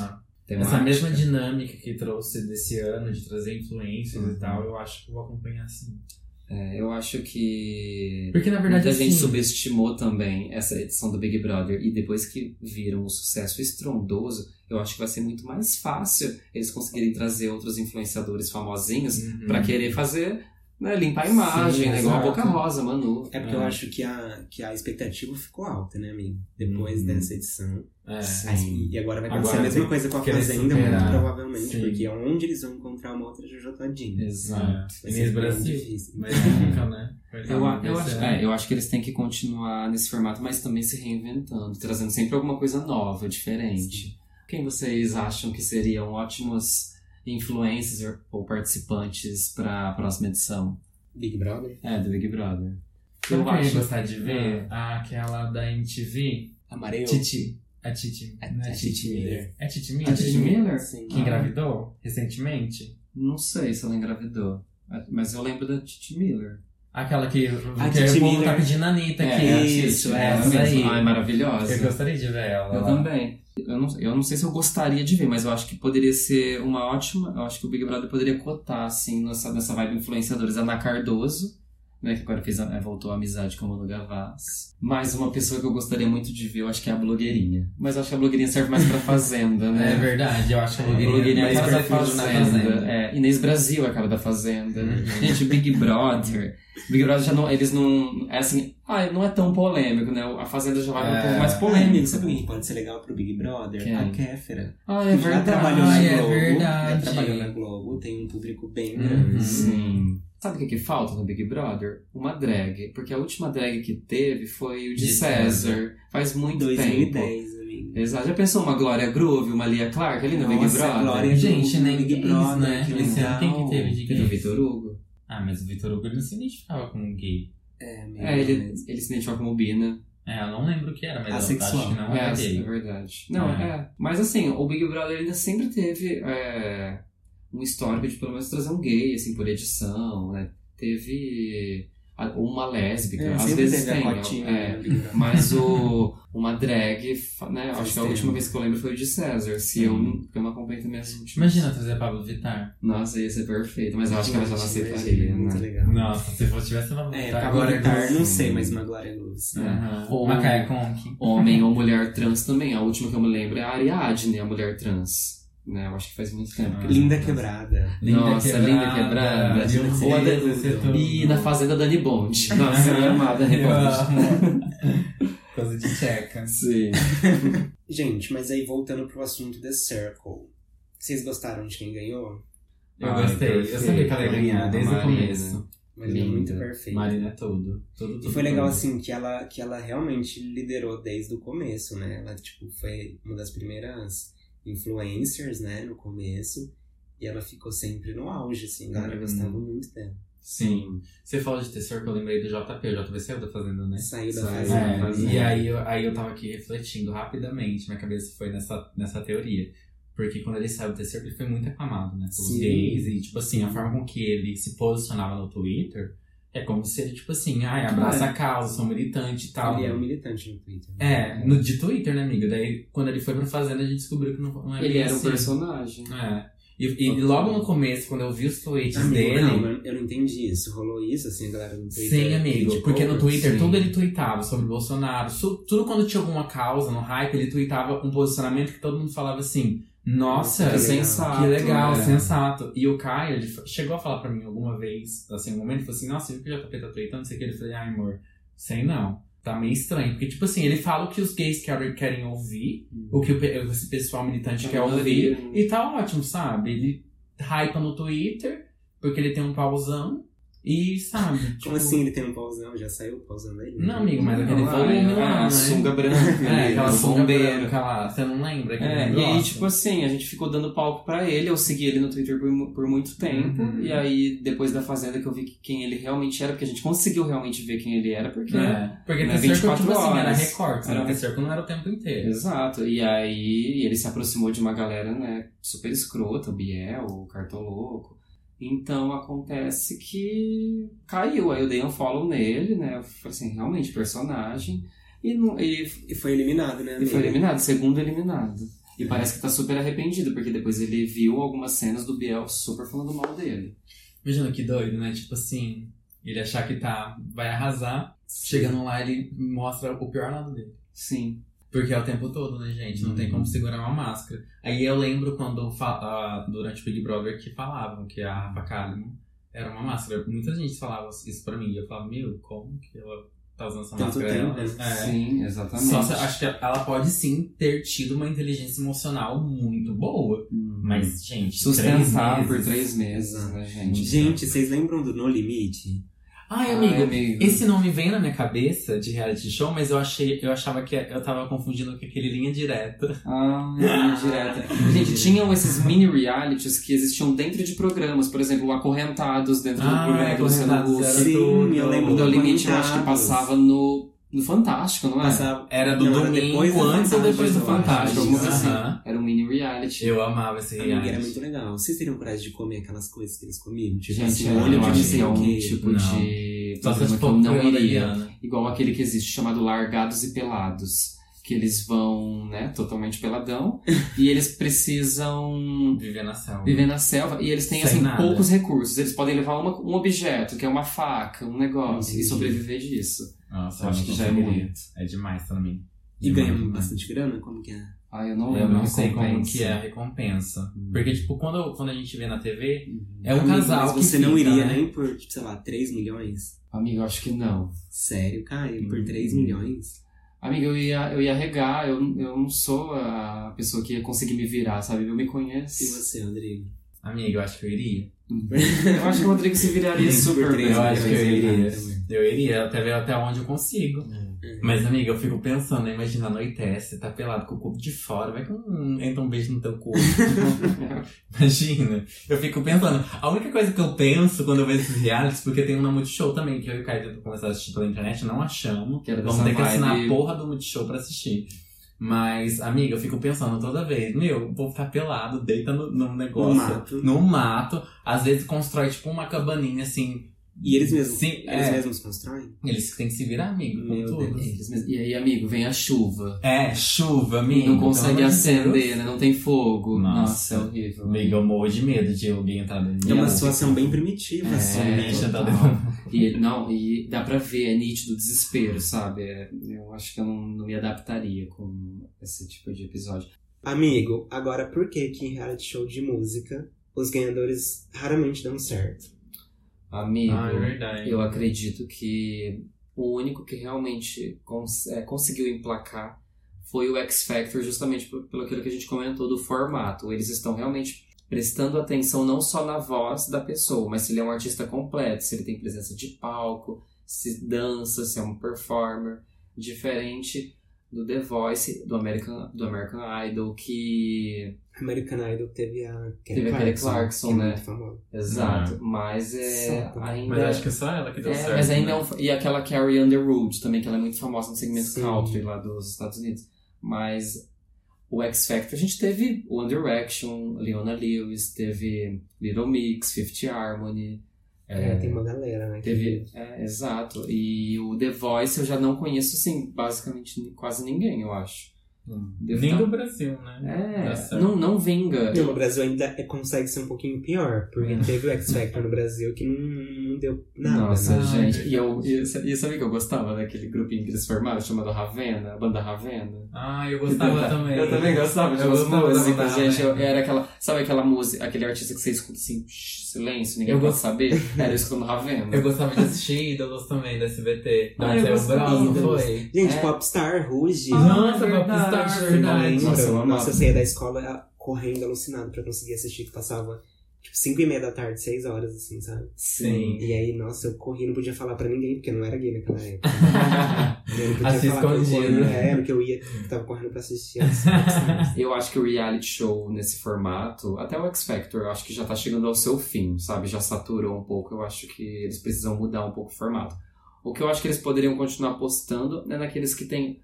[SPEAKER 2] Essa
[SPEAKER 4] Temática?
[SPEAKER 2] mesma dinâmica que trouxe desse ano, de trazer influências
[SPEAKER 4] Uhum.
[SPEAKER 2] e tal, eu acho que vou acompanhar sim.
[SPEAKER 4] É, eu acho que
[SPEAKER 2] Porque na verdade
[SPEAKER 4] muita
[SPEAKER 2] assim,
[SPEAKER 4] gente subestimou também essa edição do Big Brother. E depois que viram o sucesso estrondoso, eu acho que vai ser muito mais fácil eles conseguirem trazer outros influenciadores famosinhos
[SPEAKER 2] Uhum.
[SPEAKER 4] pra querer fazer, né, limpar a imagem,
[SPEAKER 2] Sim,
[SPEAKER 4] né, igual a
[SPEAKER 2] exato.
[SPEAKER 4] Boca Rosa, Manu.
[SPEAKER 3] É porque eu
[SPEAKER 2] É.
[SPEAKER 3] acho que a, que a expectativa ficou alta, né, amigo? Depois
[SPEAKER 2] Uhum.
[SPEAKER 3] dessa edição.
[SPEAKER 2] É.
[SPEAKER 4] Sim.
[SPEAKER 3] E agora vai acontecer
[SPEAKER 2] Agora
[SPEAKER 3] a mesma
[SPEAKER 2] tem
[SPEAKER 3] coisa com a
[SPEAKER 2] que querer
[SPEAKER 3] Fazenda,
[SPEAKER 2] superar.
[SPEAKER 3] muito provavelmente,
[SPEAKER 2] Sim. É.
[SPEAKER 3] porque é onde eles vão encontrar uma outra Jojotadinha.
[SPEAKER 4] Exato.
[SPEAKER 3] Vai ser
[SPEAKER 2] Inês
[SPEAKER 3] bem
[SPEAKER 2] Brasil.
[SPEAKER 3] difícil.
[SPEAKER 2] Mas nunca, né? Vai dar
[SPEAKER 4] Eu,
[SPEAKER 2] uma
[SPEAKER 4] eu,
[SPEAKER 2] vez,
[SPEAKER 4] acho,
[SPEAKER 2] né?
[SPEAKER 4] é, eu acho que eles têm que continuar nesse formato, mas também se reinventando, trazendo sempre alguma coisa nova, diferente. Quem vocês acham que seriam ótimos influencers ou participantes para a próxima edição?
[SPEAKER 3] Big Brother?
[SPEAKER 4] É, do Big Brother. é
[SPEAKER 2] Sabe
[SPEAKER 4] eu
[SPEAKER 2] quem eu
[SPEAKER 4] acho-
[SPEAKER 2] ia gostar de ver? Aquela da MTV.
[SPEAKER 3] Amarelo?
[SPEAKER 2] Titi. A Titi.
[SPEAKER 3] A-
[SPEAKER 2] não é
[SPEAKER 3] a Titi Miller.
[SPEAKER 2] É Titi Miller?
[SPEAKER 4] A Titi Miller?
[SPEAKER 3] Sim.
[SPEAKER 2] Que engravidou recentemente.
[SPEAKER 4] Não sei se ela engravidou, mas eu lembro da Titi Miller.
[SPEAKER 2] Aquela que,
[SPEAKER 3] A
[SPEAKER 2] que
[SPEAKER 3] Titi
[SPEAKER 2] o povo
[SPEAKER 3] Miller.
[SPEAKER 2] tá pedindo a Anitta
[SPEAKER 4] Ah, É,
[SPEAKER 2] aqui.
[SPEAKER 4] é a Titi,
[SPEAKER 3] Isso,
[SPEAKER 4] é,
[SPEAKER 2] essa
[SPEAKER 4] mesmo.
[SPEAKER 2] aí.
[SPEAKER 4] Ai, maravilhosa.
[SPEAKER 2] Eu gostaria de ver ela.
[SPEAKER 4] Eu
[SPEAKER 2] lá.
[SPEAKER 4] também. Eu não, eu não sei se eu gostaria de ver, mas eu acho que poderia ser uma ótima. Eu acho que o Big Brother poderia cotar, assim, nessa, nessa vibe influenciadores. Ana Cardoso, né, que agora fez, a- eh, voltou a amizade com o Manu Gavassi. Mais uma pessoa que eu gostaria muito de ver, eu acho que é a blogueirinha. Mas eu acho que a blogueirinha serve mais pra Fazenda,
[SPEAKER 2] É
[SPEAKER 4] né?
[SPEAKER 2] verdade, eu acho que a
[SPEAKER 4] A
[SPEAKER 2] blogueirinha
[SPEAKER 4] blogueirinha
[SPEAKER 2] é
[SPEAKER 4] é
[SPEAKER 2] mais
[SPEAKER 4] pra
[SPEAKER 2] perfil na
[SPEAKER 4] Fazenda.
[SPEAKER 2] fazenda.
[SPEAKER 4] É, Inês Brasil é a cara da Fazenda.
[SPEAKER 2] Uhum.
[SPEAKER 4] Gente, Big Brother. Big Brother já não. Eles não. É assim. Ah, não é tão polêmico, né? A Fazenda já vai pra um
[SPEAKER 2] É.
[SPEAKER 4] pouco mais assim.
[SPEAKER 3] Ai, amigo,
[SPEAKER 4] polêmico.
[SPEAKER 3] sabe quem pode ser legal pro Big Brother?
[SPEAKER 4] Quem?
[SPEAKER 3] A Kéfera.
[SPEAKER 4] Ah, é
[SPEAKER 3] Já trabalhou na
[SPEAKER 2] Ah, é
[SPEAKER 3] Globo.
[SPEAKER 2] verdade.
[SPEAKER 3] Já trabalhou na Globo, tem um público bem
[SPEAKER 2] Uhum.
[SPEAKER 3] grande.
[SPEAKER 4] Sim. Sabe o que, que falta no Big Brother? Uma drag. Porque a última drag que teve foi o de,
[SPEAKER 2] De
[SPEAKER 4] César.
[SPEAKER 2] César.
[SPEAKER 4] Faz muito tempo.
[SPEAKER 3] 2010, amigo.
[SPEAKER 4] Exato. Já pensou uma Glória Groove, uma Lia Clark ali no Big
[SPEAKER 3] Nossa,
[SPEAKER 4] Brother?
[SPEAKER 3] Glória
[SPEAKER 2] Gente, nem
[SPEAKER 3] Big
[SPEAKER 2] gays,
[SPEAKER 3] Brother,
[SPEAKER 2] né?
[SPEAKER 3] que
[SPEAKER 2] Esse
[SPEAKER 3] legal.
[SPEAKER 2] ano quem que teve de
[SPEAKER 4] Teve o
[SPEAKER 2] gays?
[SPEAKER 4] Vitor Hugo.
[SPEAKER 2] Ah, mas o Vitor Hugo ele não se identificava como gay.
[SPEAKER 3] É, amigo.
[SPEAKER 4] É, ele, ele se identificou como Bina.
[SPEAKER 2] É, eu não lembro o que era, Ah, mas eu
[SPEAKER 3] Asexual.
[SPEAKER 2] acho que não
[SPEAKER 4] é,
[SPEAKER 2] era
[SPEAKER 4] é
[SPEAKER 2] gay.
[SPEAKER 4] verdade. Não, é.
[SPEAKER 2] É.
[SPEAKER 4] Mas assim, o Big Brother ainda sempre teve é, um histórico de pelo menos trazer um gay, assim, por edição, né? Teve a- ou uma lésbica.
[SPEAKER 3] É,
[SPEAKER 4] Às
[SPEAKER 3] sempre
[SPEAKER 4] vezes
[SPEAKER 3] teve
[SPEAKER 4] tem.
[SPEAKER 3] a cotinha
[SPEAKER 4] é,
[SPEAKER 3] né, no Big Brother.
[SPEAKER 4] Mas o, uma drag, fa- né? Acho que
[SPEAKER 3] Faz
[SPEAKER 4] a
[SPEAKER 3] tempo.
[SPEAKER 4] última vez que eu lembro foi o de César. Se eu,
[SPEAKER 2] Hum.
[SPEAKER 4] não- porque eu não acompanho também as últimas.
[SPEAKER 2] Imagina trazer a Pablo Vittar.
[SPEAKER 4] Nossa, ia ser perfeito. Mas eu acho que ela já não
[SPEAKER 3] Imagina,
[SPEAKER 4] aceitaria,
[SPEAKER 3] Muito
[SPEAKER 4] né?
[SPEAKER 3] legal.
[SPEAKER 2] Nossa, se eu tivesse uma
[SPEAKER 3] É,
[SPEAKER 2] Vittar,
[SPEAKER 3] Pablo
[SPEAKER 2] tá, agora
[SPEAKER 3] Vittar, não
[SPEAKER 4] sim.
[SPEAKER 3] sei, mas uma Glória Luz.
[SPEAKER 4] É.
[SPEAKER 2] Aham.
[SPEAKER 4] Ou-
[SPEAKER 2] Uma Kaia Conk.
[SPEAKER 4] Homem ou mulher trans também. A última que eu me lembro é a Ariadne, a mulher trans. Né? Eu acho que faz muito tempo. que eles
[SPEAKER 3] Linda
[SPEAKER 4] não fazem.
[SPEAKER 3] quebrada. um
[SPEAKER 4] Nossa, linda quebrada.
[SPEAKER 2] Beyoncé,
[SPEAKER 4] Ou a da-
[SPEAKER 2] esse é tudo.
[SPEAKER 4] E na Fazenda
[SPEAKER 3] [laughs]
[SPEAKER 4] Dani Bond. Nossa, [laughs] eu amada a
[SPEAKER 2] Eu né?
[SPEAKER 4] Rebond.
[SPEAKER 2] amo. [laughs] Coisa de tcheca.
[SPEAKER 4] Sim.
[SPEAKER 3] Gente, mas aí voltando pro assunto The Circle. Vocês gostaram de quem ganhou?
[SPEAKER 2] Eu
[SPEAKER 4] Ai,
[SPEAKER 2] gostei. Eu
[SPEAKER 4] perfeito.
[SPEAKER 2] sabia que ela ia ganhar desde o
[SPEAKER 4] Marina.
[SPEAKER 2] começo.
[SPEAKER 3] Marina
[SPEAKER 4] Linda.
[SPEAKER 3] muito perfeita.
[SPEAKER 2] Marina é tudo. Tudo, tudo.
[SPEAKER 3] E foi legal
[SPEAKER 2] tudo.
[SPEAKER 3] assim que ela, que ela realmente liderou desde o começo, né? Ela tipo foi uma das primeiras influencers, né, no começo, e ela ficou sempre no auge assim, a galera
[SPEAKER 2] Uhum.
[SPEAKER 3] gostava muito dela.
[SPEAKER 2] Sim. Você falou de terceiro que eu lembrei do JP. O JP saiu da Fazenda, né?
[SPEAKER 3] Saiu da
[SPEAKER 4] Saiu.
[SPEAKER 3] fazenda.
[SPEAKER 2] É,
[SPEAKER 4] Fazenda.
[SPEAKER 2] e aí eu, aí eu tava aqui refletindo rapidamente, minha cabeça foi nessa, nessa teoria. Porque quando ele saiu do terceiro, ele foi muito aclamado, né? Pelos
[SPEAKER 3] Sim.
[SPEAKER 2] gays, e tipo assim, a forma com que ele se posicionava no Twitter é como se ele, tipo assim, ai, abraça a causa, sou militante e tal.
[SPEAKER 3] É. Ele é um militante no Twitter. né?
[SPEAKER 2] É, no, de Twitter, né, amiga? Daí quando ele foi pra Fazenda, a gente descobriu que não, não era
[SPEAKER 4] Ele
[SPEAKER 2] bem
[SPEAKER 4] era um
[SPEAKER 2] assim.
[SPEAKER 4] personagem.
[SPEAKER 2] É. E, e logo no começo, quando eu vi os tweets
[SPEAKER 3] Amigo,
[SPEAKER 2] dele.
[SPEAKER 3] não, né? eu- eu não entendi isso. Rolou isso assim, a galera no Twitter.
[SPEAKER 2] Sim, amigo.
[SPEAKER 3] criticou?
[SPEAKER 2] porque no Twitter
[SPEAKER 4] sim.
[SPEAKER 2] tudo ele tweetava sobre o Bolsonaro. Su- tudo quando tinha alguma causa no hype, ele tweetava um posicionamento que todo mundo falava assim:
[SPEAKER 4] Que
[SPEAKER 2] Nossa,
[SPEAKER 3] Nossa, legal.
[SPEAKER 4] sensato.
[SPEAKER 2] que legal,
[SPEAKER 4] né?
[SPEAKER 2] sensato. E o Caio, ele f- chegou a falar pra mim alguma vez, assim, um momento, ele falou assim: Nossa, viu que o JP tá tweetando? Não sei o que. Ele falou: Ai, amor, sei não. Tá meio estranho, porque, tipo assim, ele fala o que os gays querem, querem ouvir, o que o pe- esse pessoal militante
[SPEAKER 5] A
[SPEAKER 2] quer
[SPEAKER 5] maioria,
[SPEAKER 2] ouvir, e tá ótimo, sabe? Ele hypa no Twitter, porque ele tem um pauzão, e sabe? tipo-
[SPEAKER 3] Como assim ele tem um pauzão? Já saiu o pauzão dele?
[SPEAKER 2] Não, amigo, mas aquele
[SPEAKER 4] Ah,
[SPEAKER 2] volume
[SPEAKER 4] é,
[SPEAKER 2] lá,
[SPEAKER 4] a
[SPEAKER 2] né?
[SPEAKER 4] sunga branca,
[SPEAKER 2] É, aquela
[SPEAKER 4] do
[SPEAKER 2] sunga
[SPEAKER 4] bombeiro.
[SPEAKER 2] branca lá, você não lembra? aquele
[SPEAKER 4] É, e aí,
[SPEAKER 2] negócio?
[SPEAKER 4] tipo assim, a gente ficou dando palco pra ele. Eu segui ele no Twitter por, mu- por muito tempo.
[SPEAKER 2] Uhum.
[SPEAKER 4] E aí, depois da Fazenda, que eu vi que- quem ele realmente era, porque a gente conseguiu realmente ver quem ele era, porque.
[SPEAKER 2] É, porque
[SPEAKER 4] Não é
[SPEAKER 2] ter circo,
[SPEAKER 4] 24
[SPEAKER 2] tipo assim, era
[SPEAKER 4] horas.
[SPEAKER 2] recorte,
[SPEAKER 4] Era-
[SPEAKER 2] né? Ter circo não era o tempo inteiro.
[SPEAKER 4] Exato. E aí, ele se aproximou de uma galera, né, super escrota, o Biel, o Cartoloco. Então, acontece que caiu. Aí eu dei um follow nele, né? Eu falei assim, realmente, personagem. E, não, e
[SPEAKER 3] E foi eliminado, né?
[SPEAKER 4] Ele
[SPEAKER 3] amigo?
[SPEAKER 4] foi eliminado, segundo eliminado. E parece que tá super arrependido, porque depois ele viu algumas cenas do Biel super falando mal dele.
[SPEAKER 2] Imagina que doido, né? Tipo assim, ele achar que tá, vai arrasar, chegando lá ele mostra o pior lado dele.
[SPEAKER 4] Sim.
[SPEAKER 2] Porque é o tempo todo, né, gente? Não tem como segurar uma máscara. Aí eu lembro quando, fa- ah, durante o Big Brother, que falavam que a Rafa Kalimann era uma máscara. Muita gente falava isso pra mim. E eu falava, meu, como que ela tá usando essa
[SPEAKER 3] Tanto
[SPEAKER 2] máscara?
[SPEAKER 3] tempo,
[SPEAKER 2] Ela-
[SPEAKER 3] né?
[SPEAKER 2] É.
[SPEAKER 4] Sim, exatamente.
[SPEAKER 2] Só se- acho que ela pode sim ter tido uma inteligência emocional muito boa. Mas, gente,
[SPEAKER 4] Hum. Sustentar
[SPEAKER 2] três
[SPEAKER 4] por
[SPEAKER 2] meses-
[SPEAKER 4] três meses,
[SPEAKER 2] Uhum.
[SPEAKER 4] né, gente?
[SPEAKER 3] Gente, vocês lembram do No Limite?
[SPEAKER 2] Ai, amigo,
[SPEAKER 4] Ai, amigo.
[SPEAKER 2] esse nome vem na minha cabeça de reality show, mas eu achei, eu achava que eu tava confundindo com aquele linha direta.
[SPEAKER 4] Ah, linha direta. Gente,
[SPEAKER 2] [laughs]
[SPEAKER 4] tinham esses mini realities que existiam dentro de programas. Por exemplo, o Acorrentados dentro do
[SPEAKER 2] Ah,
[SPEAKER 4] programa do Luciano
[SPEAKER 2] Acorrentados
[SPEAKER 4] Husso.
[SPEAKER 2] Era
[SPEAKER 3] Sim,
[SPEAKER 2] do-
[SPEAKER 3] eu lembro
[SPEAKER 4] O
[SPEAKER 3] do
[SPEAKER 4] No Limite, eu acho que
[SPEAKER 3] Comentados.
[SPEAKER 4] passava no, no Fantástico, não é?
[SPEAKER 3] Passava...
[SPEAKER 2] Era do
[SPEAKER 3] Não, era
[SPEAKER 2] domingo
[SPEAKER 3] depois do
[SPEAKER 2] antes ou
[SPEAKER 3] Fantástico,
[SPEAKER 2] depois do
[SPEAKER 3] eu acho,
[SPEAKER 2] Fantástico.
[SPEAKER 4] alguma coisa
[SPEAKER 2] Aham.
[SPEAKER 4] Era um mini reality.
[SPEAKER 2] Eu amava esse
[SPEAKER 3] Amigo, era muito
[SPEAKER 2] reality.
[SPEAKER 3] legal. Vocês teriam coragem de comer aquelas coisas que eles comiam? Tipo
[SPEAKER 4] Gente,
[SPEAKER 3] assim,
[SPEAKER 4] eu
[SPEAKER 3] olho de
[SPEAKER 4] acho
[SPEAKER 3] não
[SPEAKER 4] que
[SPEAKER 3] sei
[SPEAKER 4] é
[SPEAKER 3] o
[SPEAKER 4] um
[SPEAKER 3] quê.
[SPEAKER 4] tipo
[SPEAKER 2] Não.
[SPEAKER 4] de
[SPEAKER 2] Só se
[SPEAKER 4] programa
[SPEAKER 2] fosse
[SPEAKER 4] que eu não
[SPEAKER 2] propaganda
[SPEAKER 4] iria.
[SPEAKER 2] coreana.
[SPEAKER 4] Igual aquele que existe chamado Largados e Pelados. Que eles vão, né, totalmente [laughs] peladão. e eles precisam
[SPEAKER 2] Viver na selva.
[SPEAKER 4] viver na selva. E eles têm,
[SPEAKER 2] Sem
[SPEAKER 4] assim,
[SPEAKER 2] nada.
[SPEAKER 4] poucos recursos. Eles podem levar uma- um objeto, que é uma faca, um negócio. E
[SPEAKER 3] Entendi.
[SPEAKER 4] sobreviver disso.
[SPEAKER 2] Nossa,
[SPEAKER 4] Eu acho que já é
[SPEAKER 2] conseguiria.
[SPEAKER 4] bonito.
[SPEAKER 2] É demais pra mim.
[SPEAKER 3] E
[SPEAKER 2] Demais,
[SPEAKER 3] ganham
[SPEAKER 2] demais.
[SPEAKER 3] bastante grana? Como que é?
[SPEAKER 4] Ai, eu não
[SPEAKER 2] Eu
[SPEAKER 4] lembro.
[SPEAKER 2] não sei como
[SPEAKER 4] recompensa.
[SPEAKER 2] que é a recompensa. Porque, tipo, quando, quando a gente vê na TV, é um
[SPEAKER 3] Uhum. Amigo,
[SPEAKER 2] casal
[SPEAKER 3] Mas
[SPEAKER 2] que
[SPEAKER 3] você não
[SPEAKER 2] fica,
[SPEAKER 3] iria
[SPEAKER 2] né?
[SPEAKER 3] nem por, tipo, sei lá, 3 milhões?
[SPEAKER 4] Amigo, eu acho que não.
[SPEAKER 3] Sério, Caio? Por
[SPEAKER 2] Hum.
[SPEAKER 3] 3 milhões?
[SPEAKER 4] Amigo, eu ia, eu ia regar. Eu, eu não sou a pessoa que ia conseguir me virar, sabe? Eu me conheço.
[SPEAKER 3] E você, Rodrigo?
[SPEAKER 2] Amiga, eu acho que eu iria.
[SPEAKER 4] Eu acho que o Rodrigo se viraria super bem.
[SPEAKER 3] três
[SPEAKER 2] Eu acho que eu
[SPEAKER 3] milhões,
[SPEAKER 2] iria.
[SPEAKER 3] também.
[SPEAKER 2] Eu iria até ver é até onde eu consigo.
[SPEAKER 3] É. Um
[SPEAKER 2] Mas, amiga, eu fico pensando, né? imagina, anoitece, tá pelado com o corpo de fora, vai que um, entra um beijo no teu [laughs] corpo. imagina. Eu fico pensando. A única coisa que eu penso quando eu vejo esses realities, porque tem um na Multishow também, que eu e o Caio tentamos começar a assistir pela internet, não achamos.
[SPEAKER 4] Que era
[SPEAKER 2] Vamos
[SPEAKER 4] dessa
[SPEAKER 2] ter que assinar a
[SPEAKER 4] vibe.
[SPEAKER 2] porra do Multishow pra assistir. Mas, amiga, eu fico pensando toda vez, meu, vou ficar pelado, deita no, num
[SPEAKER 3] No
[SPEAKER 2] negócio.
[SPEAKER 3] mato.
[SPEAKER 2] no mato, às vezes constrói tipo uma cabaninha assim.
[SPEAKER 3] E eles mesmos?
[SPEAKER 2] Sim,
[SPEAKER 3] Eles
[SPEAKER 2] é.
[SPEAKER 3] mesmos constroem?
[SPEAKER 2] Eles que têm que se virar amigo com
[SPEAKER 3] Meu
[SPEAKER 2] tudo.
[SPEAKER 4] Eles mesmos. E aí, amigo, vem a chuva.
[SPEAKER 2] É, chuva, amigo.
[SPEAKER 4] Não
[SPEAKER 2] pelo
[SPEAKER 4] consegue
[SPEAKER 2] amor de
[SPEAKER 4] acender,
[SPEAKER 2] Deus.
[SPEAKER 4] né? Não tem fogo. Nossa,
[SPEAKER 2] Nossa.
[SPEAKER 4] é horrível.
[SPEAKER 2] Amigo, eu morro de medo de alguém entrar dentro de
[SPEAKER 3] É uma
[SPEAKER 2] mim.
[SPEAKER 3] situação bem primitiva, assim,
[SPEAKER 4] É,
[SPEAKER 3] né?
[SPEAKER 2] Mexa, tá
[SPEAKER 4] total.
[SPEAKER 2] dentro.
[SPEAKER 4] E, ele- não, e dá pra ver, é nítido o desespero, sabe? É, eu acho que eu não, não me adaptaria com esse tipo de episódio.
[SPEAKER 3] Amigo, agora por que que em reality show de música os ganhadores raramente dão certo?
[SPEAKER 4] Amigo,
[SPEAKER 2] Ah, é verdade.
[SPEAKER 4] eu acredito que o único que realmente cons- é, conseguiu emplacar foi o X Factor, justamente por- pelo aquilo que a gente comentou do formato. Eles estão realmente prestando atenção não só na voz da pessoa, mas se ele é um artista completo, se ele tem presença de palco, se dança, se é um performer, diferente do The Voice, do American, do American Idol, que
[SPEAKER 3] American Idol teve a Kelly
[SPEAKER 4] Teve a Kelly Clarkson,
[SPEAKER 3] que é
[SPEAKER 4] né?
[SPEAKER 3] muito famosa.
[SPEAKER 4] exato, mas é
[SPEAKER 3] Exato.
[SPEAKER 4] ainda
[SPEAKER 2] Mas acho que só ela que deu
[SPEAKER 4] é,
[SPEAKER 2] certo.
[SPEAKER 4] mas ainda
[SPEAKER 2] né?
[SPEAKER 4] é um, E aquela Carrie Underwood também, que ela é muito famosa no segmento
[SPEAKER 3] Sim.
[SPEAKER 4] country lá dos Estados Unidos. Mas o X Factor, a gente teve One Direction, Leona Lewis, teve Little Mix, Fifth Harmony.
[SPEAKER 3] É,
[SPEAKER 4] é,
[SPEAKER 3] tem uma galera, né? que-
[SPEAKER 4] teve. É, exato. E o The Voice eu já não conheço, assim, basicamente quase ninguém, eu acho. Devo
[SPEAKER 2] Nem
[SPEAKER 4] tá-
[SPEAKER 2] do Brasil, né? Tá
[SPEAKER 4] É,
[SPEAKER 2] certo.
[SPEAKER 4] não, não vinga.
[SPEAKER 3] Não, no Brasil ainda é- consegue ser um pouquinho pior, porque
[SPEAKER 4] É.
[SPEAKER 3] teve o X Factor no Brasil que não, não deu nada.
[SPEAKER 4] Nossa,
[SPEAKER 3] né?
[SPEAKER 4] gente. E, eu, e, e sabe que eu gostava daquele grupinho que eles formaram chamado Ravena, a banda Ravena?
[SPEAKER 2] Ah, eu gostava também.
[SPEAKER 4] Eu também gostava de
[SPEAKER 2] Eu
[SPEAKER 4] umas
[SPEAKER 2] gostava da
[SPEAKER 4] músicas,
[SPEAKER 2] Madonna,
[SPEAKER 4] gente. Eu,
[SPEAKER 2] né?
[SPEAKER 4] era aquela. Sabe aquela música, aquele artista que você escuta assim, shh, silêncio, ninguém
[SPEAKER 2] Eu
[SPEAKER 4] pode
[SPEAKER 2] gost-
[SPEAKER 4] saber? Era eu escutando Ravena.
[SPEAKER 2] Eu gostava de assistir Ídolos também, da SBT. Da
[SPEAKER 4] Ah, eu
[SPEAKER 2] Matheus
[SPEAKER 4] gostava
[SPEAKER 2] Bros, não
[SPEAKER 4] de Ídolos.
[SPEAKER 2] foi? [laughs]
[SPEAKER 3] Gente,
[SPEAKER 4] É.
[SPEAKER 3] Popstar, Ruge.
[SPEAKER 2] Ah, Nossa,
[SPEAKER 4] verdade,
[SPEAKER 2] Popstar,
[SPEAKER 3] Eu
[SPEAKER 2] verdade.
[SPEAKER 3] lembro.
[SPEAKER 4] Nossa, eu amava.
[SPEAKER 3] Nossa, eu saía da escola ah, correndo alucinado pra conseguir assistir, que passava tipo 5 e meia da tarde, 6 horas, assim, sabe?
[SPEAKER 2] Sim.
[SPEAKER 3] E aí, nossa, eu corri, não podia falar pra ninguém, porque eu não era gay naquela época. Eu não podia
[SPEAKER 2] Assim,
[SPEAKER 3] falar que eu
[SPEAKER 2] escondido.
[SPEAKER 3] corria, né? Era que eu ia, que tava correndo pra assistir.
[SPEAKER 4] [laughs]
[SPEAKER 3] assim, sabe?
[SPEAKER 4] Eu acho que o reality show nesse formato, até o X Factor, eu acho que já tá chegando ao seu fim, sabe? Já saturou um pouco. Eu acho que eles precisam mudar um pouco o formato. O que eu acho que eles poderiam continuar apostando é naqueles que tem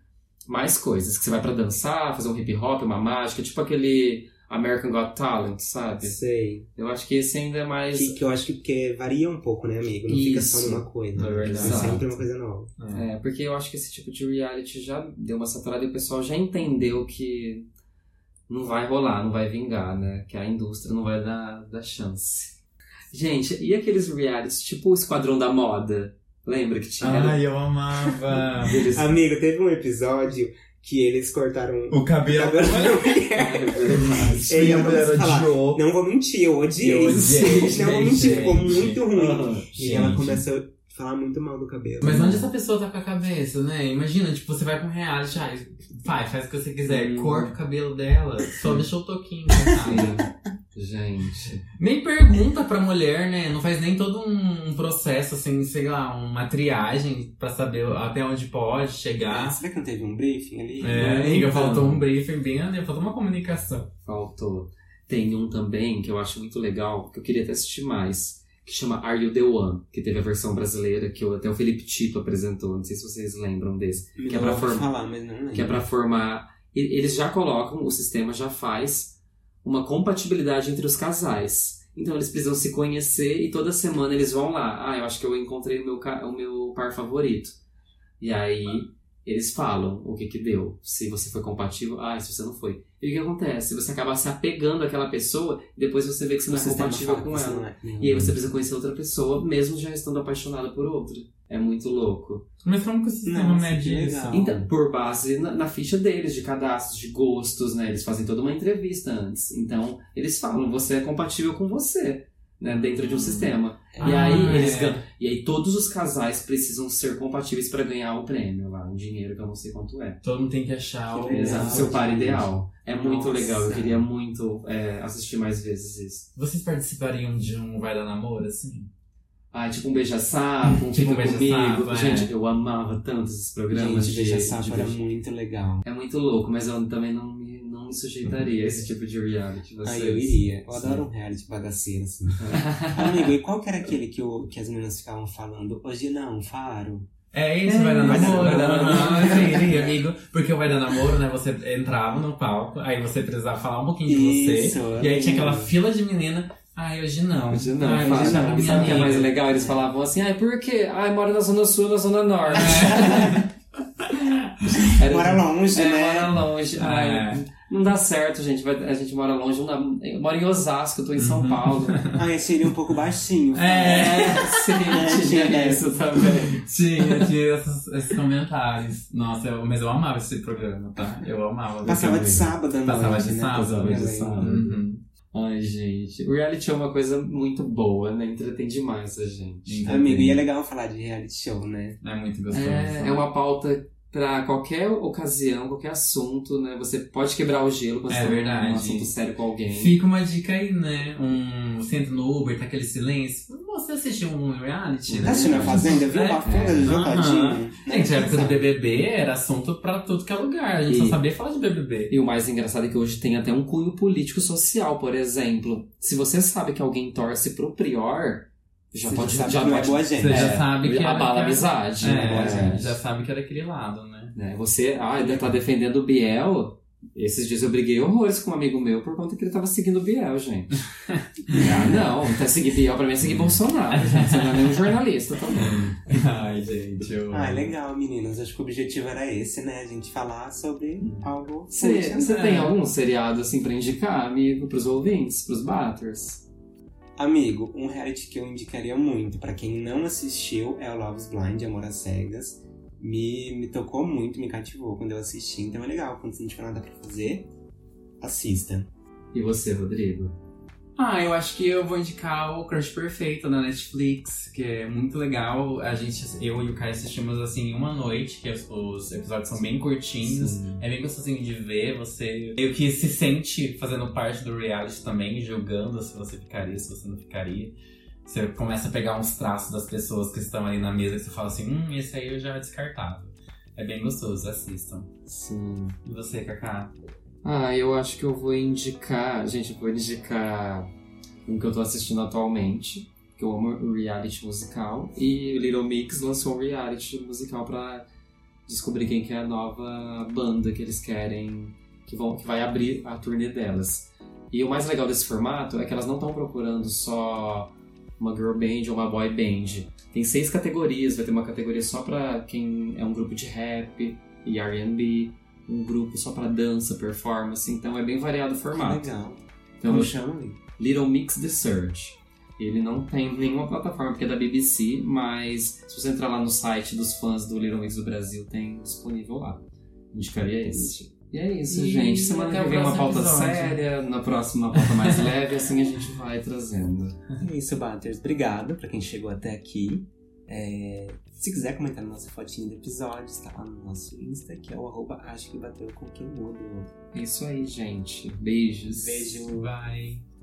[SPEAKER 4] mais coisas, que você vai pra dançar, fazer um hip hop, uma mágica, tipo aquele American Got Talent, sabe?
[SPEAKER 3] Sei.
[SPEAKER 4] Eu acho que esse ainda é mais.
[SPEAKER 3] Que, que eu acho que porque varia um pouco, né, amigo? Não fica só
[SPEAKER 4] Isso.
[SPEAKER 3] numa coisa.
[SPEAKER 2] É verdade.
[SPEAKER 3] É sempre uma coisa nova.
[SPEAKER 4] [laughs] É, porque eu acho que esse tipo de reality já deu uma saturada e o pessoal já entendeu que não vai rolar, não vai vingar, né? Que a indústria não vai dar, dar chance. Gente, e aqueles realities, tipo o Esquadrão da Moda? Lembra que tinha?
[SPEAKER 2] Ai, eu amava.
[SPEAKER 4] Eles-
[SPEAKER 3] Amigo, teve um episódio que eles
[SPEAKER 4] [laughs]
[SPEAKER 3] cortaram um
[SPEAKER 2] O cabelo.
[SPEAKER 3] Cabelo da mulher. Ei, eu não
[SPEAKER 2] Ela
[SPEAKER 3] posso falar.
[SPEAKER 2] odiou.
[SPEAKER 3] Não vou mentir, eu odiei.
[SPEAKER 2] Eu odiei,
[SPEAKER 3] [laughs] não vou
[SPEAKER 2] gente,
[SPEAKER 3] mentir, ficou
[SPEAKER 2] gente.
[SPEAKER 3] muito ruim.
[SPEAKER 4] Aham.
[SPEAKER 3] E ela
[SPEAKER 2] Gente.
[SPEAKER 3] começa a falar muito mal do cabelo.
[SPEAKER 2] Mas onde essa pessoa tá com a cabeça, né? Imagina, tipo, você vai pra um reality, ah, vai, faz o que você quiser,
[SPEAKER 4] Hum.
[SPEAKER 2] corta o cabelo dela, só deixa o toquinho. né, sabe?
[SPEAKER 4] [laughs] Sim. Gente.
[SPEAKER 2] nem pergunta pra mulher, né? Não faz nem todo um processo, assim, sei lá, uma triagem pra saber até onde pode chegar.
[SPEAKER 3] Será que não teve um briefing ali?
[SPEAKER 2] É,
[SPEAKER 4] Não,
[SPEAKER 2] amiga,
[SPEAKER 4] então.
[SPEAKER 2] faltou um briefing bem, faltou uma comunicação.
[SPEAKER 4] Faltou. Tem um também que eu acho muito legal, que eu queria até assistir mais, que chama Are You The One? Que teve a versão brasileira, que eu- até o Felipe Tito apresentou, não sei se vocês lembram desse.
[SPEAKER 3] Me
[SPEAKER 4] Que é
[SPEAKER 3] dá
[SPEAKER 4] pra
[SPEAKER 3] pra
[SPEAKER 4] formar.
[SPEAKER 3] falar, mas não né? lembro.
[SPEAKER 4] que é pra formar. e- Eles já colocam, o sistema já faz uma compatibilidade entre os casais. Então eles precisam se conhecer e toda semana eles vão lá. Ah, eu acho que eu encontrei o meu, ca- o meu par favorito. E aí eles falam o que que deu, se você foi compatível, ah, se você não foi. E o que acontece? Você acaba se apegando àquela pessoa e depois você vê que você não é Uhum. compatível com ela.
[SPEAKER 3] né?
[SPEAKER 4] E aí você precisa conhecer outra pessoa, mesmo já estando apaixonada por outra. É muito louco.
[SPEAKER 2] Mas como que o sistema
[SPEAKER 3] Nossa, que
[SPEAKER 2] mede isso?
[SPEAKER 3] legal.
[SPEAKER 4] Então, por base na, na ficha deles, de cadastros, de gostos, né? Eles fazem toda uma entrevista antes. Então, eles falam, você é compatível com você, né? Dentro de um sistema. e
[SPEAKER 2] Ah,
[SPEAKER 4] aí,
[SPEAKER 2] é.
[SPEAKER 4] eles ganham. E aí, todos os casais precisam ser compatíveis pra ganhar o prêmio lá, um dinheiro que eu não sei quanto é.
[SPEAKER 2] Todo mundo tem que achar o...
[SPEAKER 3] Que legal.
[SPEAKER 4] Exato, seu par ideal. É muito
[SPEAKER 3] Nossa.
[SPEAKER 4] legal, eu queria muito é, assistir mais vezes isso.
[SPEAKER 2] Vocês participariam de um Vai Dar Namoro, assim?
[SPEAKER 4] Ah, tipo um beija-sapo, um
[SPEAKER 2] Tipo um
[SPEAKER 4] fica comigo.
[SPEAKER 2] beija-sapo, é.
[SPEAKER 4] Gente, eu amava tanto esses programas
[SPEAKER 3] Gente,
[SPEAKER 4] de,
[SPEAKER 3] Veja
[SPEAKER 4] de
[SPEAKER 3] Sapo era
[SPEAKER 4] beija-
[SPEAKER 3] muito legal.
[SPEAKER 4] É muito louco, mas eu também não me, não me sujeitaria a esse tipo de reality. Vocês.
[SPEAKER 3] Aí eu iria. Eu
[SPEAKER 4] Sim.
[SPEAKER 3] adoro um reality bagaceiro, assim.
[SPEAKER 4] [laughs]
[SPEAKER 3] Amigo, e qual que era aquele que, o, que as meninas ficavam falando? Hoje não, faro.
[SPEAKER 2] É isso, vai dar
[SPEAKER 3] Vai dar-
[SPEAKER 2] namoro.
[SPEAKER 3] vai dar namoro.
[SPEAKER 2] Não, eu iria, amigo. Porque o vai dar namoro, né? Você entrava no palco, aí você precisava falar um pouquinho de você.
[SPEAKER 3] Isso.
[SPEAKER 2] E aí tinha aquela
[SPEAKER 3] amigo.
[SPEAKER 2] fila de menina. Ai, hoje não.
[SPEAKER 4] Hoje não,
[SPEAKER 2] Ai,
[SPEAKER 4] fala.
[SPEAKER 2] hoje não,
[SPEAKER 4] Sabe
[SPEAKER 2] minha
[SPEAKER 4] o que é
[SPEAKER 2] amiga.
[SPEAKER 4] mais legal? Eles falavam assim, ai, por quê? Ai, mora na Zona Sul, na Zona [laughs] Norte. Era-
[SPEAKER 3] Mora longe,
[SPEAKER 4] É,
[SPEAKER 3] né?
[SPEAKER 4] mora longe. Ai, não dá certo, gente. Vai- a gente mora longe. Não dá, eu moro em Osasco, eu tô em São
[SPEAKER 2] Uhum.
[SPEAKER 4] [laughs] Paulo.
[SPEAKER 3] Ai, achei ele um pouco baixinho.
[SPEAKER 2] É.
[SPEAKER 4] sim, tinha é isso também.
[SPEAKER 2] Tinha, tinha esses, esses comentários. Nossa, eu- mas eu amava esse programa, tá? Eu amava. Uhum. ver
[SPEAKER 3] Passava de
[SPEAKER 2] esse
[SPEAKER 3] sábado, à noite,
[SPEAKER 2] Passava de
[SPEAKER 3] né?
[SPEAKER 2] sábado,
[SPEAKER 4] passava de
[SPEAKER 3] Eu lembro.
[SPEAKER 4] sábado.
[SPEAKER 2] Uhum.
[SPEAKER 4] Ai, gente. O reality é uma coisa muito boa, né? Entretém demais a gente.
[SPEAKER 3] Amigo, e é legal falar de reality show, né?
[SPEAKER 2] É muito gostoso.
[SPEAKER 4] É, é uma pauta pra qualquer ocasião, qualquer assunto, né? Você pode quebrar o gelo quando
[SPEAKER 2] É
[SPEAKER 4] você tá
[SPEAKER 2] verdade.
[SPEAKER 4] um assunto sério com alguém.
[SPEAKER 2] Fica uma dica aí, né? Um, você entra no Uber, tá aquele silêncio. Você assistiu um reality, né?
[SPEAKER 3] Tá assistindo a Fazenda? Viu
[SPEAKER 2] É.
[SPEAKER 3] o bafunda do
[SPEAKER 2] Aham.
[SPEAKER 3] jogadinho?
[SPEAKER 2] Gente, a época do BBB era assunto pra tudo que é lugar. A gente só
[SPEAKER 4] E-
[SPEAKER 2] sabia falar de BBB.
[SPEAKER 4] E o mais engraçado é que hoje tem até um cunho político-social, por exemplo. Se você sabe que alguém torce pro Prior, já
[SPEAKER 3] Você
[SPEAKER 4] pode.
[SPEAKER 3] já sabe
[SPEAKER 4] já
[SPEAKER 3] que não é
[SPEAKER 4] pode-
[SPEAKER 3] boa gente.
[SPEAKER 2] Você
[SPEAKER 4] É,
[SPEAKER 2] já sabe que era-
[SPEAKER 4] abala a
[SPEAKER 2] que-
[SPEAKER 4] amizade.
[SPEAKER 2] É,
[SPEAKER 4] né?
[SPEAKER 3] boa gente. [laughs]
[SPEAKER 2] já sabe que era aquele lado, né?
[SPEAKER 4] Né? Você ah, ainda tá defendendo o Biel. Esses dias eu briguei horrores com um amigo meu por conta que ele tava seguindo o Biel, gente. ah, não, tá seguir Biel pra mim é seguir Bolsonaro, gente. Você não é nenhum jornalista também.
[SPEAKER 2] Ai, gente, eu.
[SPEAKER 3] Ah, legal, meninas. Acho que o objetivo era esse, né? A gente falar sobre algo.
[SPEAKER 4] Você,
[SPEAKER 3] útil,
[SPEAKER 4] você
[SPEAKER 3] né?
[SPEAKER 4] tem algum seriado assim pra indicar, amigo, pros ouvintes, pros batters?
[SPEAKER 3] Amigo, um reality que eu indicaria muito pra quem não assistiu é o Love's Blind, Amor às Cegas. Me, me tocou muito, me cativou quando eu assisti. Então é legal, quando você não tiver nada pra fazer, assista.
[SPEAKER 4] E você, Rodrigo?
[SPEAKER 2] Ah, eu acho que eu vou indicar o Crush Perfeito da Netflix, que é muito legal. A gente, eu e o Caio assistimos assim em uma noite, que os, os episódios são bem curtinhos. É bem gostosinho de ver, você meio que se sente fazendo parte do reality também, julgando se você ficaria, se você não ficaria. Você começa a pegar uns traços das pessoas que estão ali na mesa que você fala assim, hum, esse aí eu já descartava. É bem gostoso, assistam.
[SPEAKER 4] Sim.
[SPEAKER 2] E você, Kaká?
[SPEAKER 4] Ah, eu acho que eu vou indicar. Gente, eu vou indicar um que eu tô assistindo atualmente, que eu amo reality musical. E o Little Mix lançou um reality musical pra descobrir quem que é a nova banda que eles querem, que, vão, que vai abrir a turnê delas. E o mais legal desse formato é que elas não estão procurando só uma girl band ou uma boy band. Tem seis categorias, vai ter uma categoria só pra quem é um grupo de rap e R&B, um grupo só pra dança, performance, então é bem variado o formato.
[SPEAKER 3] Legal.
[SPEAKER 4] Então,
[SPEAKER 3] Como chama, amigo?
[SPEAKER 4] Little Mix The Search. Ele não tem nenhuma plataforma porque é da BBC, mas se você entrar lá no site dos fãs do Little Mix do Brasil, tem disponível lá. Indicaria esse. E é isso,
[SPEAKER 2] E
[SPEAKER 4] gente. Semana
[SPEAKER 2] até
[SPEAKER 4] que
[SPEAKER 2] o
[SPEAKER 4] vem uma
[SPEAKER 2] próximo
[SPEAKER 4] pauta
[SPEAKER 2] episódio.
[SPEAKER 4] séria, na próxima uma pauta mais leve, assim a gente vai trazendo.
[SPEAKER 3] É isso, Batters. Obrigado pra quem chegou até aqui. É, se quiser comentar na nossa fotinha do episódio, está lá no nosso Insta, que é o arroba acho que bateu com quem mudo.
[SPEAKER 4] É isso aí, gente. Beijos.
[SPEAKER 3] Beijo.
[SPEAKER 2] Vai.